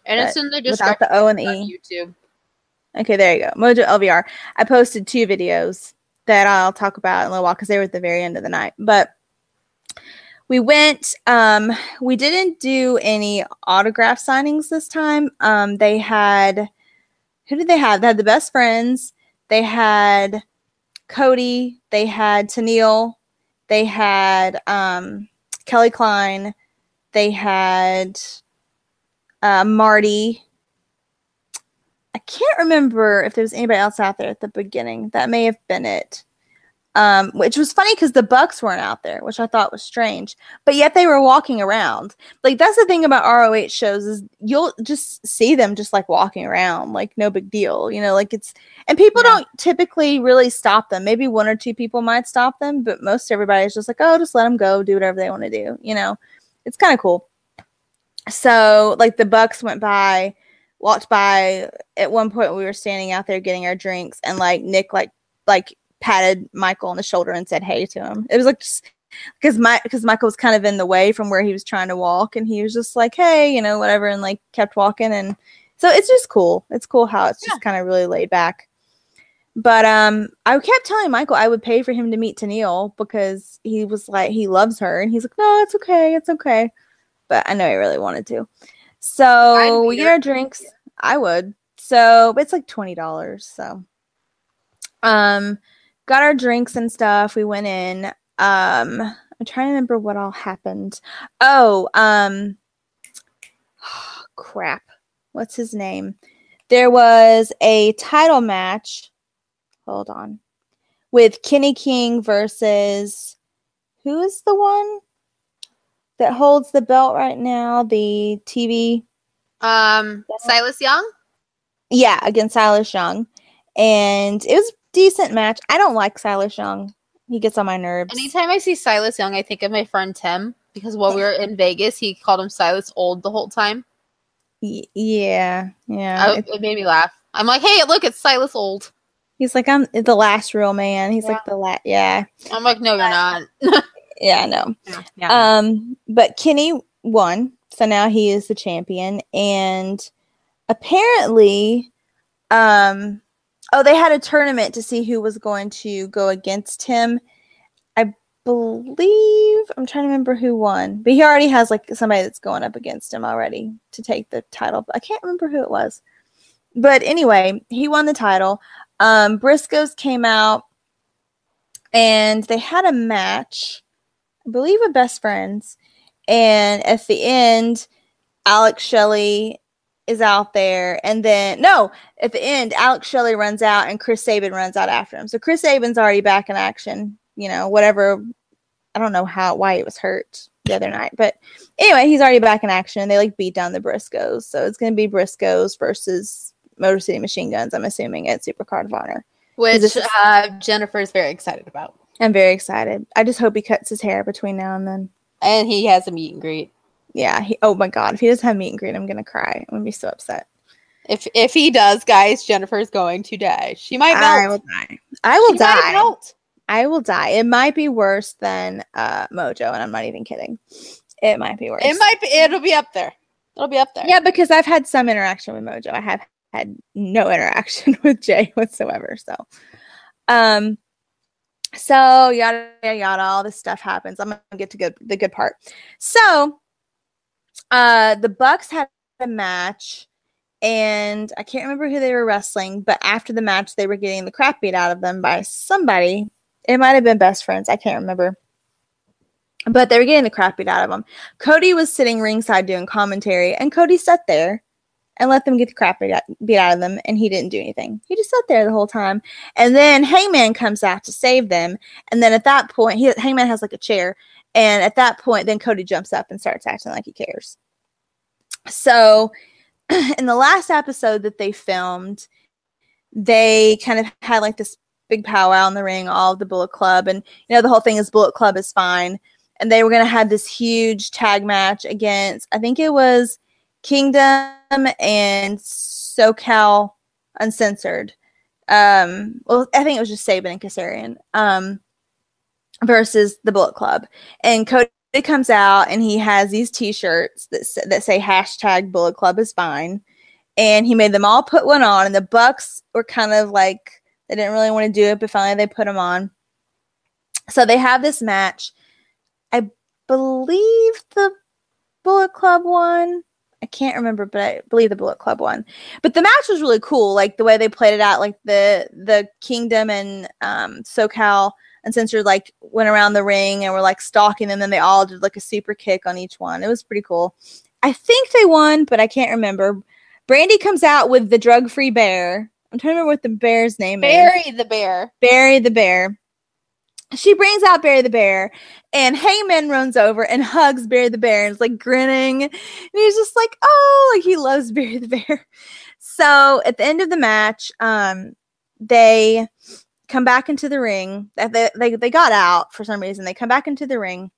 And it's in the description
without the O and the
on
E.
YouTube.
Okay, there you go. Mojo LVR. I posted two videos that I'll talk about in a little while because they were at the very end of the night. But we went, um, we didn't do any autograph signings this time. Um, they had, who did they have? They had the best friends. They had Cody. They had Tennille. They had um, Kelly Klein. They had uh, Marty. I can't remember if there was anybody else out there at the beginning. That may have been it. um, which was funny because the Bucks weren't out there, which I thought was strange. But yet they were walking around. Like that's the thing about ROH shows is you'll just see them just like walking around, like no big deal, you know. Like it's and people
Yeah.
don't typically really stop them. Maybe one or two people might stop them, but most everybody's just like, oh, just let them go, do whatever they want to do, you know. It's kind of cool. So like the Bucks went by, walked by. At one point, we were standing out there getting our drinks, and like Nick like like patted Michael on the shoulder and said hey to him. It was like because my because Michael was kind of in the way from where he was trying to walk, and he was just like hey, you know, whatever, and like kept walking, and so it's just cool. It's cool how it's just kind of really laid back. But um, I kept telling Michael I would pay for him to meet Tennille because he was like he loves her, and he's like, no, it's okay, it's okay. But I know he really wanted to, so
I'd
we
meet
get
her.
our drinks. I would. So but it's like twenty dollars. So, um, got our drinks and stuff. We went in. Um, I'm trying to remember what all happened. Oh, um, crap. What's his name? There was a title match. Hold on, with Kenny King versus who is the one that holds the belt right now? The TV
Um, Silas Young.
Yeah, against Silas Young. And it was a decent match. I don't like Silas Young. He gets on my nerves.
Anytime I see Silas Young, I think of my friend Tim because while we were in Vegas, he called him Silas Old the whole time.
Y- yeah, yeah.
I,
It-
it made me laugh. I'm like, hey, look, it's Silas Old.
he's like, I'm the last real man. He's
Yeah.
like the last. Yeah,
I'm like, no, you're not.
yeah, I know.
Yeah.
Um, but Kenny won, so now he is the champion, and apparently, um, oh, they had a tournament to see who was going to go against him. I believe I'm trying to remember who won, but he already has like somebody that's going up against him already to take the title. But I can't remember who it was. But anyway, he won the title. Um, Briscoes came out, and they had a match. I believe we're best friends. And at the end, Alex Shelley is out there. And then, no, at the end, Alex Shelley runs out and Chris Sabin runs out after him. So Chris Sabin's already back in action, you know, whatever. I don't know how, why he was hurt the other night. But anyway, he's already back in action and they like beat down the Briscoes. So it's going to be Briscoes versus Motor City Machine Guns, I'm assuming, at Supercard of Honor.
Which
this is-
uh, Jennifer is very excited about.
I'm very excited. I just hope he cuts his hair between now and then.
And he has a meet and greet.
Yeah. He, oh my God. If he doesn't have meet and greet, I'm going to cry. I'm going to be so upset.
If if he does, guys, Jennifer's going to die. She might melt.
I will die. I will
She might
die.
melt.
I will die. It might be worse than uh, Mojo. And I'm not even kidding. It might be worse.
It might be. It'll be up there. It'll be up there.
Yeah. Because I've had some interaction with Mojo. I have had no interaction with Jay whatsoever. So, um, so yada yada yada, all this stuff happens. I'm gonna get to good the good part. So, uh, the Bucks had a match, and I can't remember who they were wrestling, but after the match, they were getting the crap beat out of them by somebody. It might have been best friends. I can't remember. But they were getting the crap beat out of them. Cody was sitting ringside doing commentary, and Cody sat there and let them get the crap beat out- beat out of them, and he didn't do anything. He just sat there the whole time. And then Hangman comes out to save them. And then at that point, he, Hangman has like a chair. And at that point, then Cody jumps up and starts acting like he cares. So, in the last episode that they filmed, they kind of had like this big powwow in the ring, all of the Bullet Club. And, you know, the whole thing is Bullet Club is fine. And they were going to have this huge tag match against, I think it was Kingdom and SoCal Uncensored um well i think it was just saban and Kassarian, um versus the bullet club and cody comes out and he has these t-shirts that, s- that say hashtag bullet club is fine and he made them all put one on and the bucks were kind of like they didn't really want to do it but finally they put them on so they have this match i believe the bullet club won i can't remember but i believe the bullet club won but the match was really cool like the way they played it out like the the kingdom and um socal and censored like went around the ring and were like stalking them and they all did like a super kick on each one it was pretty cool i think they won but i can't remember brandy comes out with the drug free bear i'm trying to remember what the bear's name is
Bury the bear.
Barry the bear she brings out Barry the Bear, and Heyman runs over and hugs Barry the Bear and is like grinning. And he's just like, oh, like he loves Barry the Bear. So at the end of the match, um, they come back into the ring. They, they, they got out for some reason. They come back into the ring,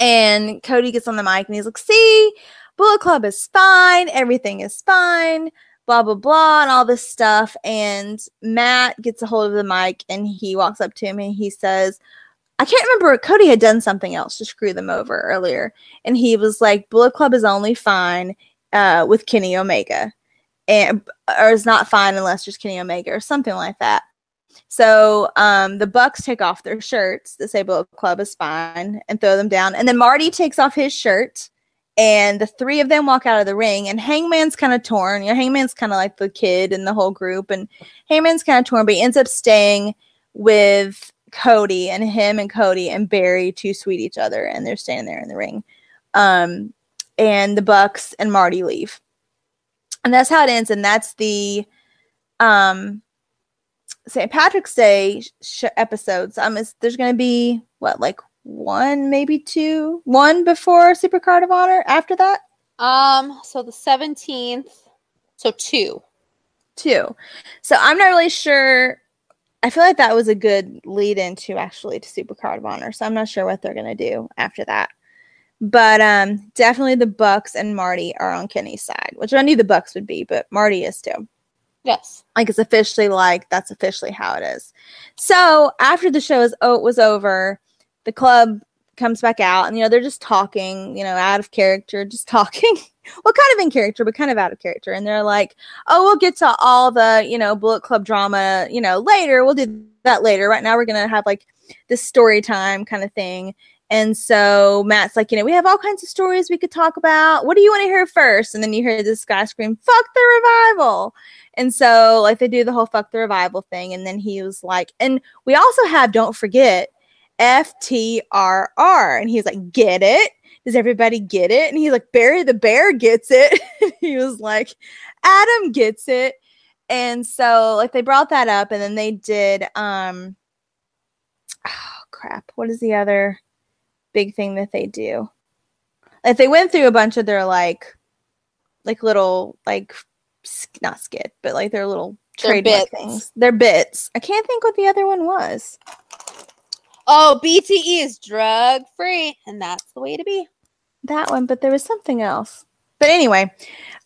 and Cody gets on the mic and he's like, see, Bullet Club is fine. Everything is fine blah blah blah and all this stuff and matt gets a hold of the mic and he walks up to him and he says i can't remember cody had done something else to screw them over earlier and he was like bullet club is only fine uh, with kenny omega and or is not fine unless there's kenny omega or something like that so um, the bucks take off their shirts that say bullet club is fine and throw them down and then marty takes off his shirt and the three of them walk out of the ring and hangman's kind of torn you know hangman's kind of like the kid in the whole group and hangman's kind of torn but he ends up staying with cody and him and cody and barry to sweet each other and they're standing there in the ring um, and the bucks and marty leave and that's how it ends and that's the um, st patrick's day sh- episodes um there's gonna be what like one, maybe two, one before Super Card of Honor. After that,
Um, so the 17th. So two.
two. So I'm not really sure. I feel like that was a good lead into actually to Super Card of Honor. So I'm not sure what they're gonna do after that. But um, definitely the Bucks and Marty are on Kenny's side, which I knew the Bucks would be, but Marty is too.
Yes.
like it's officially like that's officially how it is. So after the show is oh, was over, the club comes back out and you know they're just talking, you know, out of character, just talking. well, kind of in character, but kind of out of character. And they're like, "Oh, we'll get to all the you know Bullet Club drama, you know, later. We'll do that later. Right now, we're gonna have like this story time kind of thing." And so Matt's like, you know, we have all kinds of stories we could talk about. What do you want to hear first? And then you hear this guy scream, "Fuck the revival!" And so, like, they do the whole fuck the revival thing. And then he was like, and we also have, don't forget, FTRR. And he's like, get it? Does everybody get it? And he's like, Barry the Bear gets it. he was like, Adam gets it. And so, like, they brought that up. And then they did, um, oh, crap. What is the other big thing that they do? Like, they went through a bunch of their, like, like little, like, sk- not skit, but like their little
Their
trademark
bits.
things. Their bits. I can't think what the other one was.
Oh, BTE is drug free, and that's the way to be.
That one, but there was something else. But anyway,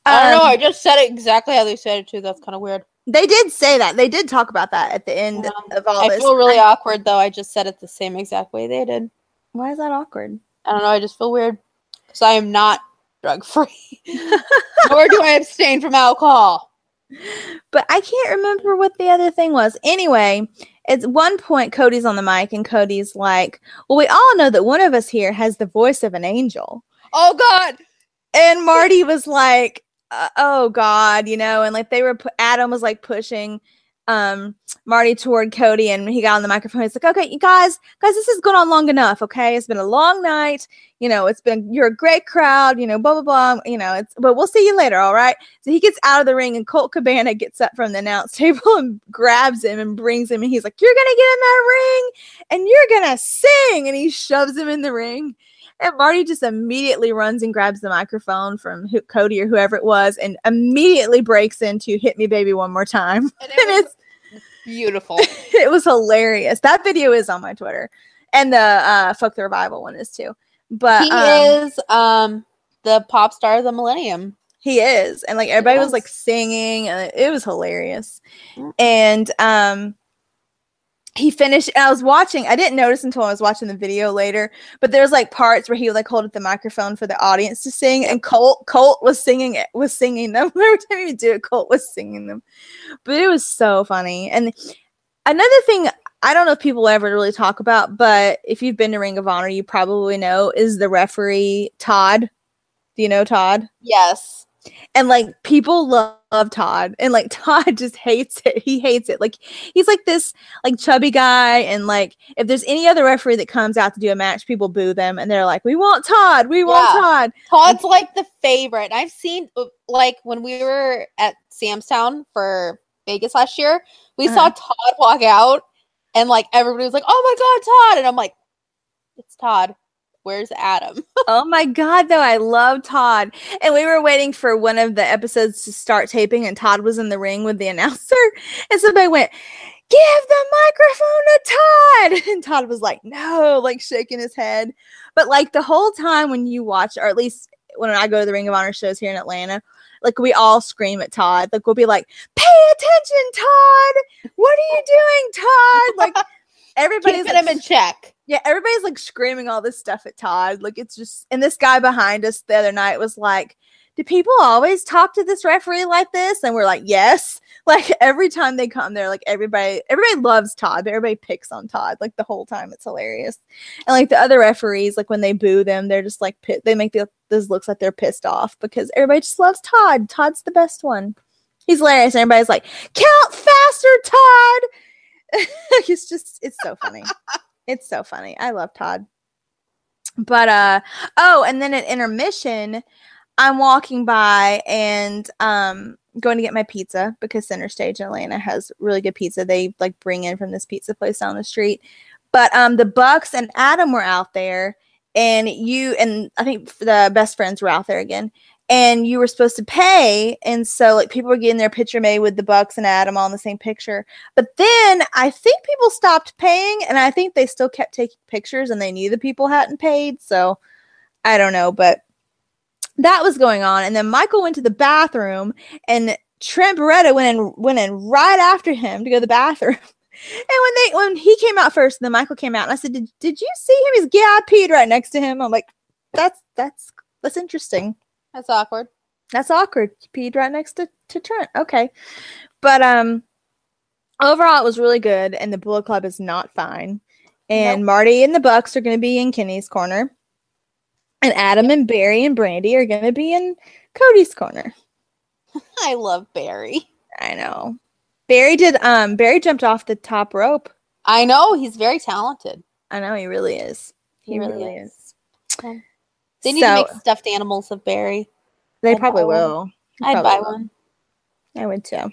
I don't know.
um,
I just said it exactly how they said it too. That's kind of weird.
they did say that. They did talk about that at the end
Yeah.
of all
I
this.
feel really awkward though. I just said it the same exact way they did.
Why is that awkward?
I don't know. I just feel weird because I am not drug free, nor do I abstain from alcohol.
But I can't remember what the other thing was. Anyway, at one point, Cody's on the mic and Cody's like, Well, we all know that one of us here has the voice of an angel.
Oh God,
And Marty was like, uh, Oh, God, you know, and like they were, pu- Adam was like pushing um Marty toward Cody and he got on the microphone. He's like, okay, you guys, guys, this has gone on long enough. Okay. It's been a long night. You know, it's been you're a great crowd, you know, blah blah blah. You know, it's but we'll see you later, all right. So he gets out of the ring and Colt Cabana gets up from the announce table and grabs him and brings him and he's like, You're gonna get in that ring and you're gonna sing and he shoves him in the ring. And Marty just immediately runs and grabs the microphone from who, Cody or whoever it was and immediately breaks into Hit Me Baby One More Time.
and
And it's
it was beautiful.
it was hilarious. That video is on my Twitter, and the uh, fuck the revival one is too. But
he
um,
is um the pop star of the millennium.
he is, and like everybody was
was.
like singing, and it was hilarious.
Mm.
And um, he finished. And I was watching. I didn't notice until I was watching the video later. But there's like parts where he would like hold up the microphone for the audience to sing, and Colt Colt was singing it was singing them every time he would do it. Colt was singing them, but it was so funny. And another thing I don't know if people ever really talk about, but if you've been to Ring of Honor, you probably know is the referee Todd. Do you know Todd?
Yes.
And like people love, love Todd, and like Todd just hates it. He hates it. Like he's like this like chubby guy, and like if there's any other referee that comes out to do a match, people boo them, and they're like, "We want Todd. We want
Yeah.
Todd."
Todd's like the favorite. I've seen like when we
Uh-huh.
were at Sam's Town for Vegas last year, we saw Todd walk out And like everybody was like, "Oh my god, Todd!" And I'm like, "It's Todd. Where's Adam?"
Oh my god, though I love Todd. And we were waiting for one of the episodes to start taping, and Todd was in the ring with the announcer, and somebody went, "Give the microphone to Todd," and Todd was like, "No," like shaking his head. But like the whole time when you watch, or at least when I go to the Ring of Honor shows here in Atlanta, like we all scream at Todd. Like we'll be like, "Pay attention, Todd! What are you doing, Todd?" Like everybody's
Keeping
like,
him in check.
yeah, everybody's like screaming all this stuff at Todd. Like it's just and this guy behind us the other night was like, Do people always talk to this referee like this? And we're like, Yes. Like every time they come there, like everybody everybody loves Todd, but everybody picks on Todd like the whole time. It's hilarious. And like the other referees, like when they boo them, they're just like pi- they make the, those looks like they're pissed off because everybody just loves Todd. Todd's the best one. He's hilarious. And everybody's like, Count faster, Todd. it's just it's so funny. It's so funny. I love Todd. But uh oh, and then at intermission, I'm walking by and um going to get my pizza because Center Stage in Atlanta has really good pizza. They like bring in from this pizza place down the street. But um the Bucks and Adam were out there and you and I think the best friends were out there again. And you were supposed to pay, and so like people were getting their picture made with the Bucks and Adam all in the same picture. But then I think people stopped paying, and I think they still kept taking pictures, and they knew the people hadn't paid. So I don't know, but that was going on. And then Michael went to the bathroom, and Trent Beretta went in went in right after him to go to the bathroom. And when they when he came out first, and then Michael came out, and I said, "Did, did you see him? He's yeah, I peed right next to him." I'm like, "That's that's that's interesting."
That's awkward.
That's awkward. You peed right next to, to Trent. Okay. But um overall it was really good and the Bullet Club is not fine. And Marty and the Bucks are gonna be in Kenny's corner. And Adam and Barry and Brandy are gonna be in Cody's corner.
I love Barry.
I know. Barry did um Barry jumped off the top rope.
I know he's very talented.
I know he really is. He, really, is.
Um, They need
So-
to make stuffed animals of Barry.
They
I'd
probably
buy one.
will. They
I'd
probably
buy
will.
one.
I would too.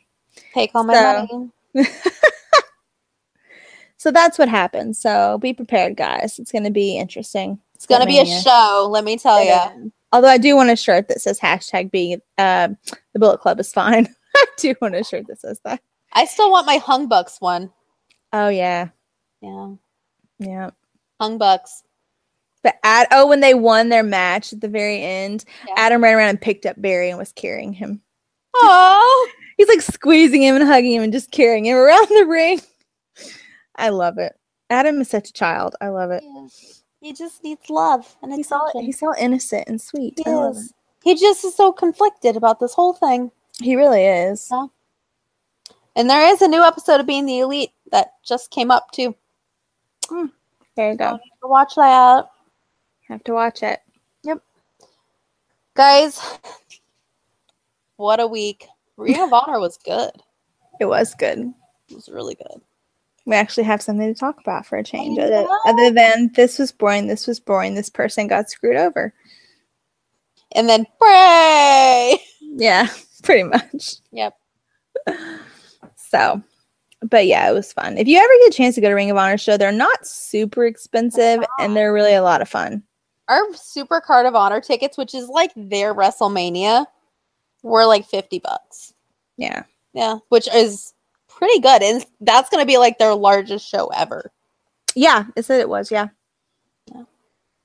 Take all my
So-
money.
So that's what happened. So be prepared, guys. It's gonna be interesting.
It's gonna be a
Mania.
show. Let me tell you.
Um, Although I do want a shirt that says hashtag be uh, the Bullet Club is fine. I do want a shirt that says that.
I still want my Hung Bucks one.
Oh yeah,
Yeah,
yeah.
Hung Bucks.
But Ad- oh, when they won their match at the very end,
Yeah.
Adam ran around and picked up Barry and was carrying him.
Oh,
He's like squeezing him and hugging him and just carrying him around the ring. I love it. Adam is such a child. I love it.
he just needs love and
He's all
attention.
he's all innocent and sweet.
He
I love
is. He just is so conflicted about this whole thing.
it. He really is.
Yeah. And there is a new episode of Being the Elite that just came up too.
There you go.
Watch that out,
Have to watch it.
guys. What a week! Ring of Honor was good.
It was good.
It was really good.
we actually have something to talk about for a change.
I
Other,
know.
other than this was boring, this was boring, this person got screwed over.
And then pray.
Yeah, pretty much.
Yep.
So, but yeah, it was fun. If you ever get a chance to go to Ring of Honor show, they're not super expensive and they're really a lot of fun.
our super card of honor tickets which is like their wrestlemania were like 50 bucks
Yeah.
yeah which is pretty good and that's gonna be like their largest show ever
Yeah, it said it was. Yeah.
Yeah.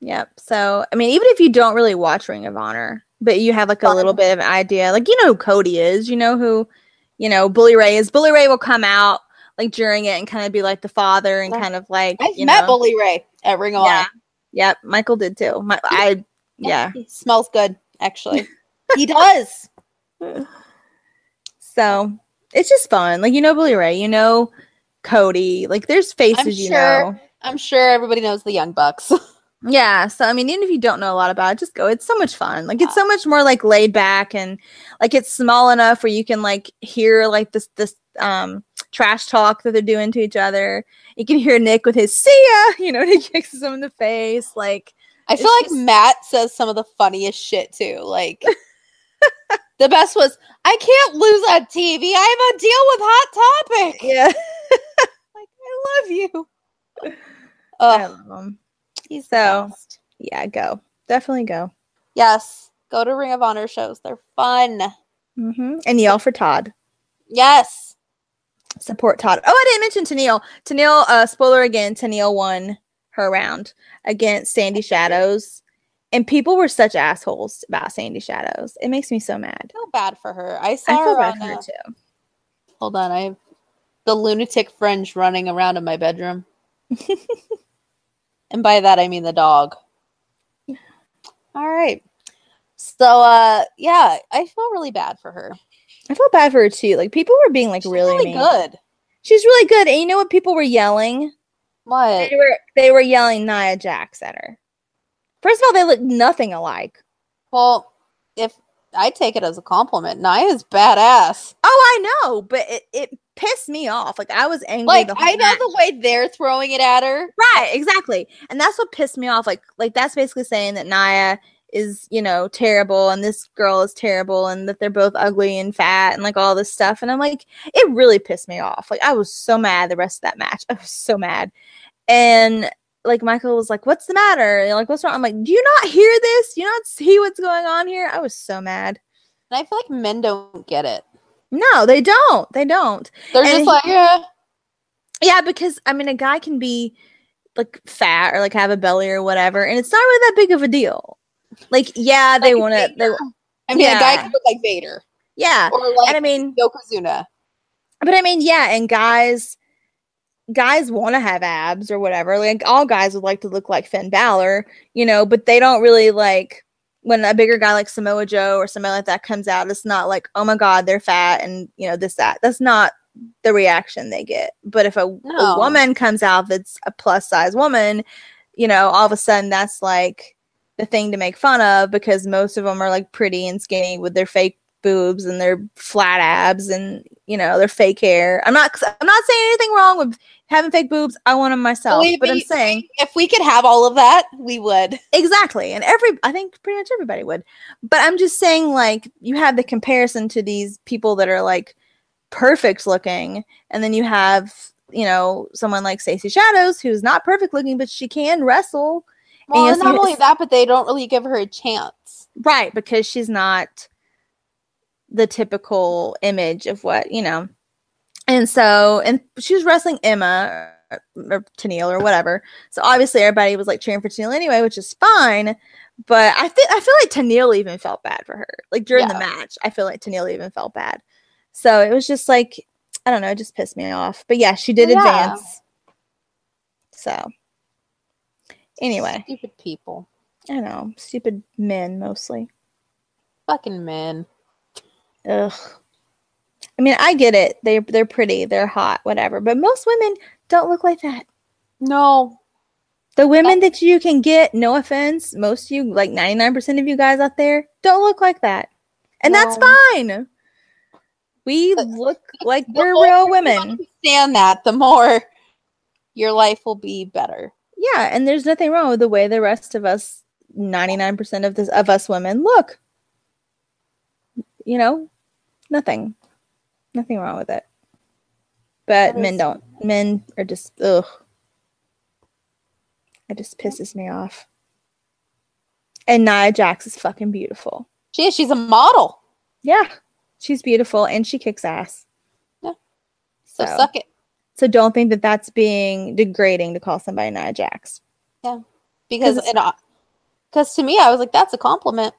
Yep. So, I mean, even if you don't really watch Ring of Honor, but you have like a
Fun.
little bit of an idea, like you know who Cody is, you know who, you know, Bully Ray is. Bully Ray will come out like during it and kind of be like the father and
Yeah.
kind of like
i've
you
met
know,
bully ray at ring of
Yeah.
honor
Yep. Michael did too. My, I yeah.
he smells good actually he does
So it's just fun. Like you know Bully Ray, you know Cody. Like there's faces you
sure.
know.
i'm sure everybody knows the young bucks
Yeah, so I mean, even if you don't know a lot about it, just go. It's so much fun. Like it's so much more like laid back and like it's small enough where you can like hear like this this um trash talk that they're doing to each other. You can hear Nick with his "see ya," you know, and he kicks him in the face. Like
i
It's
feel like
just-
matt says some of the funniest shit too like the best was i can't lose on tv i have a deal with hot topic
yeah,
like i
love you.
I
Ugh,
love them.
he's
so-
so
Yeah, go. Definitely go.
yes. Go to Ring of Honor shows. They're fun.
hmm And yell for Todd.
Yes.
Support Todd. Oh, I didn't mention Tennille. Tennille, uh, spoiler again, Tennille won her round against Sandy Shadows. And people were such assholes about Sandy Shadows. It makes me so mad.
Feel bad for her. I saw
I feel
her
bad
on.
for her
uh,
too.
hold on, I have the lunatic fringe running around in my bedroom. and by that I mean the dog. All right. So uh yeah, I feel really bad for her.
I feel bad for her too. Like people were being like
She's
really, mean.
good.
She's really good. And you know what people were yelling?
What?
They were they were yelling Nia Jax at her. First of all, they look nothing alike.
Well, if I take it as a compliment, Naya's badass.
Oh, I know, but it, it pissed me off. Like I was angry.
Like
the whole
I know
match.
the way they're throwing it at her.
Right, exactly. And that's what pissed me off. Like like that's basically saying that Naya is, you know, terrible and this girl is terrible and that they're both ugly and fat and like all this stuff. And I'm like, it really pissed me off. Like I was so mad the rest of that match. I was so mad. And like Michael was like, What's the matter? And like, what's wrong? I'm like, Do you not hear this? Do you not see what's going on here? I was so mad.
And I feel like men don't get it.
No, they don't. They don't.
They're
And
just
he-
like, yeah.
Yeah, because I mean, a guy can be like fat or like have a belly or whatever, and it's not really that big of a deal. Like, yeah, they
Like
want to. They,
Vader. I mean, a guy
Yeah.
could look like Vader
yeah,
or like
and I mean,
Yokozuna.
but I mean, yeah, and guys, guys want to have abs or whatever. Like, all guys would like to look like Finn Balor, you know, but they don't really like when a bigger guy like Samoa Joe or somebody like that comes out. It's not like, oh my god, they're fat and you know this that. That's not the reaction they get. But if a, a
No.
woman comes out that's a plus size woman, you know, all of a sudden that's like the thing to make fun of because most of them are like pretty and skinny with their fake boobs and their flat abs and you know their fake hair. I'm not I'm not saying anything wrong with having fake boobs. I want them myself,
Believe
but I'm
me,
saying
If we could have all of that, we would.
Exactly. And every I think pretty much everybody would. But I'm just saying like you have the comparison to these people that are like perfect looking and then you have, you know, someone like Stacey Shadows who's not perfect looking but she can wrestle.
Well,
yes,
and not
yes.
only that, but they don't really give her a chance.
Right, because she's not the typical image of what, you know. And so and she was wrestling Emma or, or Tennille or whatever. So obviously everybody was like cheering for Tennille anyway, which is fine. But I think I feel like Tennille even felt bad for her. Like during the
Yeah.
match, I feel like Tennille even felt bad. So it was just like I don't know, it just pissed me off. But yeah, she did
Yeah.
advance. So anyway,
Stupid people.
I don't know. Stupid men mostly.
Fucking men.
Ugh. I mean, I get it. They they're pretty, they're hot, whatever. But most women don't look like that.
No.
The women that you can get, no offense, most of you, like 99% of you guys out there, don't look like that. And that's
No.
fine. We
The-
look like
the
we're
more
real
you
women.
Understand that. The more your life will be better.
Yeah, and there's nothing wrong with the way the rest of us, 99% of this of us women look. You know, nothing. Nothing wrong with it. But
That
men
is-
don't. Men are just ugh. It just pisses me off. And Nia Jax is fucking beautiful.
She is. She's a model.
Yeah. She's beautiful and she kicks ass.
Yeah.
So
So, suck it.
so don't think that that's being degrading to call somebody Nia Jax.
Because
'cause-
it. Because to me, I was like, that's a compliment.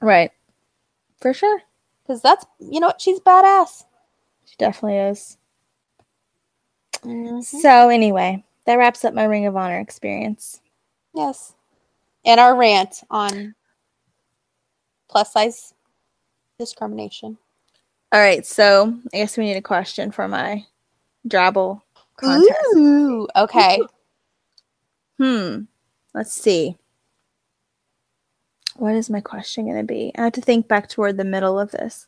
Right. For sure.
Because that's you know what she's badass.
She definitely is. So anyway, that wraps up my Ring of Honor experience.
Yes. And our rant on plus size discrimination.
All right, so I guess we need a question for my drabble contest.
Ooh, okay.
Hmm. Let's see. What is my question going to be? I have to think back toward the middle of this.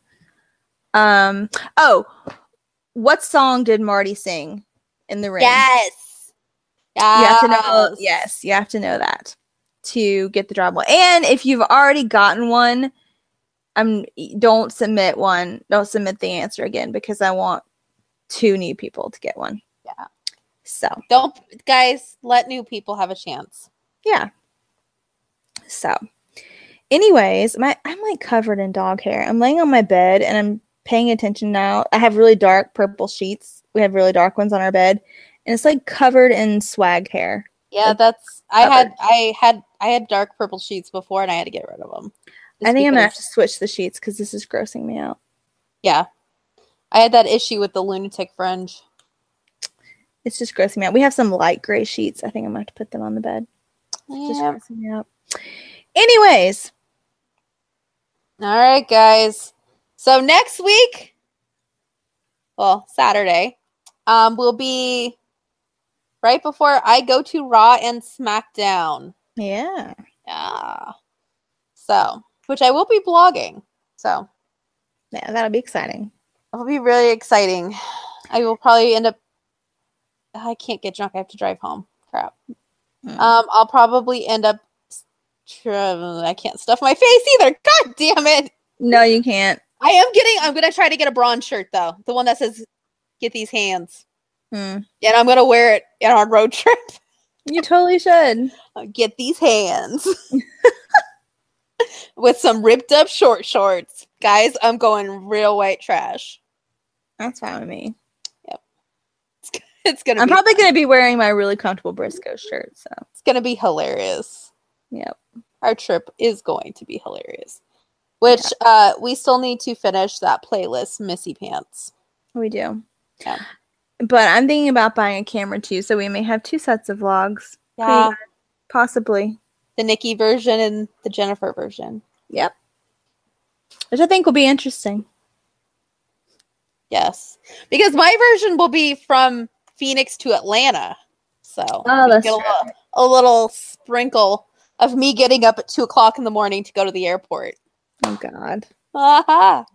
Um. Oh, what song did Marty sing in the ring?
Yes.
You have to know.
Yes.
Yes, you have to know that to get the drabble. And if you've already gotten one, um, don't submit one. Don't submit the answer again because I want two new people to get one.
Yeah.
So
Don't guys let new people have a chance.
yeah. So, anyways, my I'm like covered in dog hair. I'm laying on my bed and I'm paying attention now. I have really dark purple sheets. We have really dark ones on our bed, and it's like covered in swag hair.
Yeah,
Like,
that's I
covered.
had I had I had dark purple sheets before and I had to get rid of them.
I think I'm gonna have to switch the sheets because this is grossing me out.
Yeah. I had that issue with the lunatic fringe.
It's just grossing me out. We have some light gray sheets. I think I'm gonna have to put them on the bed. It's
Yeah.
Just grossing me out. Anyways,
All right, guys. So next week, well, Saturday, um, will be right before I go to Raw and SmackDown.
yeah.
Yeah. So, which I will be blogging. So,
Yeah, that'll be exciting.
it'll be really exciting. I will probably end up. I can't get drunk. I have to drive home. Crap.
Mm.
Um, I'll probably end up. I can't stuff my face either. God damn it.
No, you can't.
I am getting. I'm gonna try to get a bronze shirt though, the one that says "Get these hands,"
Mm.
and I'm gonna wear it in our road trip.
You totally should.
Uh, Get these hands with some ripped up short shorts, guys. I'm going real white trash.
That's fine with me.
It's gonna.
I'm
be,
probably gonna be wearing my really comfortable Briscoe shirt. So
It's gonna be hilarious.
Yep.
Our trip is going to be hilarious. Which uh, we still need to finish that playlist, Missy Pants.
we do.
Yeah.
But I'm thinking about buying a camera too, so we may have two sets of vlogs.
Yeah.
Possibly.
The Nikki version and the Jennifer version.
Yep. Which I think will be interesting.
Yes, because my version will be from Phoenix to Atlanta, so
Oh,
you
that's
get a
right.
little, a little sprinkle of me getting up at two o'clock in the morning to go to the airport.
Oh god.
Ah-ha.
Oh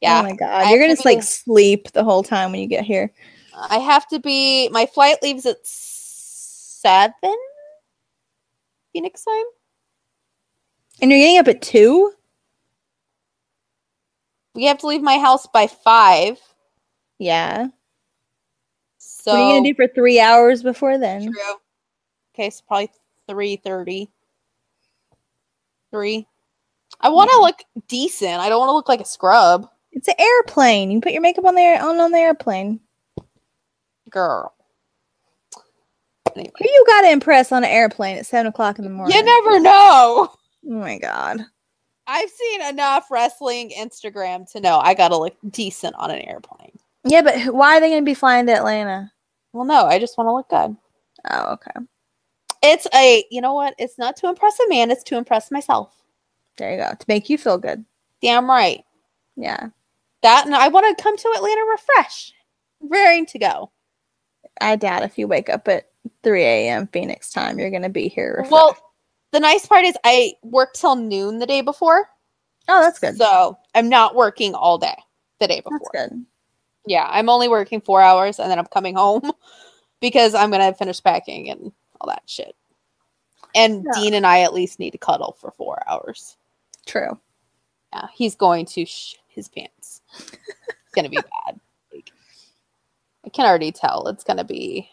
Yeah,
my god.
I have
You're gonna
to
just, like
be-
sleep the whole time when you get here.
I have to be. My flight leaves at seven Phoenix time.
And you're getting up at two?
We have to leave my house by five.
Yeah.
So
what are you gonna do for three hours before then?
True. Okay, so probably three thirty. Three. I want to look decent. I don't want to look like a scrub,
It's an airplane. You can put your makeup on there on on the airplane.
girl. Anyway.
Who you gotta impress on an airplane at seven o'clock in the morning?
You never know.
Oh my god.
I've seen enough wrestling Instagram to know I gotta look decent on an airplane.
Yeah, but who- why are they gonna be flying to Atlanta?
Well, no, I just want to look good.
Oh, okay.
It's a, you know what? It's not to impress a man. It's to impress myself.
There you go. To make you feel good.
Damn right.
Yeah.
That and I want to come to Atlanta refreshed, raring to go.
I doubt if you wake up at 3 a.m. Phoenix time, you're gonna be here. refreshed.
Well, the nice part is I worked till noon the day before.
oh, that's good.
So I'm not working all day the day before.
That's good.
Yeah, I'm only working four hours and then I'm coming home because I'm gonna finish packing and all that shit. And
Yeah.
Dean and I at least need to cuddle for four hours.
True.
Yeah, he's going to shit his pants. It's gonna be bad. Like, I can already tell it's gonna be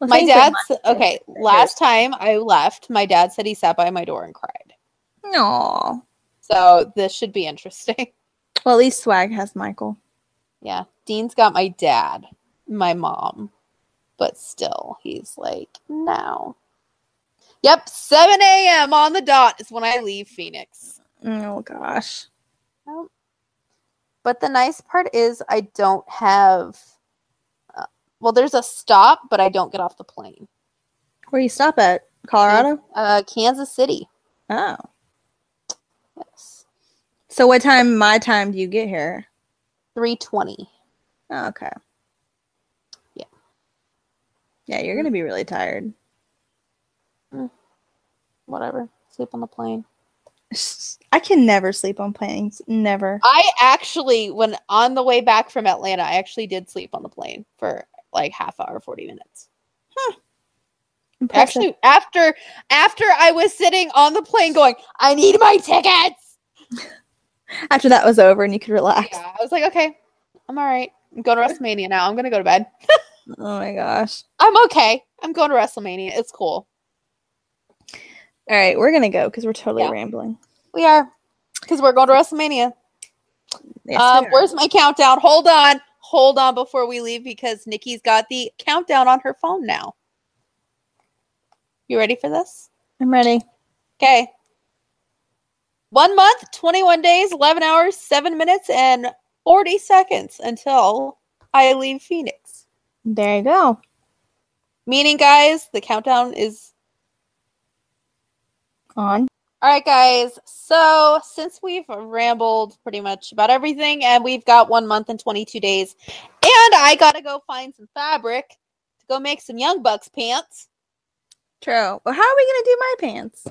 Well,
my
things like
dad's
mine-
okay. Last time I left, my dad said he sat by my door and cried.
Aw.
So this should be interesting.
Well, at least Swag has Michael.
Yeah, Dean's got my dad, my mom, but still, he's like, no. Yep, 7 a.m. on the dot is when I leave Phoenix.
Oh gosh.
But the nice part is, I don't have. Uh, well, there's a stop, but I don't get off the plane.
Where you stop at? Colorado?
Uh, Kansas City.
Oh.
Yes.
So what time my time do you get here?
320.
Oh, okay.
Yeah.
Yeah, you're gonna be really tired.
Whatever. Sleep on the plane.
I can never sleep on planes. Never.
I actually, when on the way back from Atlanta, I actually did sleep on the plane for like half hour, 40 minutes.
Impressive.
Uh, Actually, after after I was sitting on the plane going, I need my tickets.
after that was over and you could relax.
Yeah, I was like, okay, I'm all right. I'm going to WrestleMania now. I'm going to go to bed.
Oh my gosh.
I'm okay. I'm going to WrestleMania. It's cool.
All right, we're gonna go because we're totally
Yeah.
rambling.
We are because we're going to WrestleMania.
Yes,
um,
we are.
where's my countdown? Hold on, hold on before we leave because Nikki's got the countdown on her phone now. You ready for this?
I'm ready.
Okay. One month, 21 days, 11 hours, 7 minutes, and 40 seconds until I leave Phoenix.
There you go.
Meaning, guys, the countdown is
On.
All right, guys. So, since we've rambled pretty much about everything, and we've got one month and 22 days, and I got to go find some fabric to go make some Young Bucks pants.
True. Well, how are we gonna do my pants?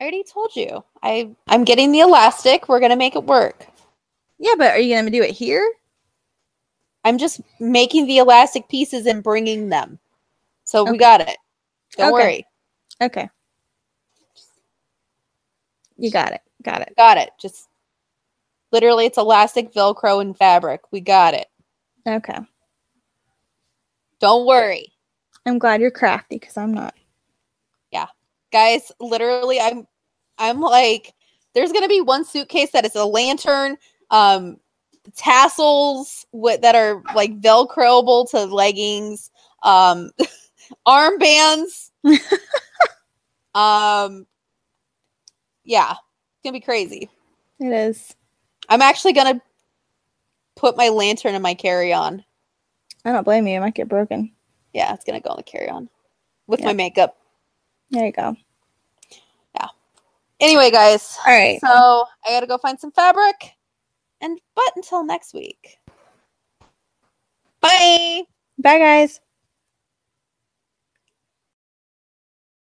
I already told you. I, I'm getting the elastic. We're going to make it work.
Yeah, but are you gonna do it here?
I'm just making the elastic pieces and bringing them. So, we
Okay.
got it. Don't
Okay.
worry.
Okay. You got it. Got it.
Got it. Just literally, it's elastic, Velcro, and fabric. We got it.
Okay.
Don't worry.
I'm glad you're crafty because I'm not.
guys literally i'm i'm like there's gonna be one suitcase that is a lantern um tassels with that are like velcroable to leggings um armbands um yeah it's gonna be crazy
It is.
i'm actually gonna put my lantern in my carry-on
I don't blame you. It might get broken.
yeah it's gonna go on the carry-on with
Yeah.
my makeup
There you go. All
anyway guys
right.
So I gotta go find some fabric. And but until next week. Bye.
Bye, guys.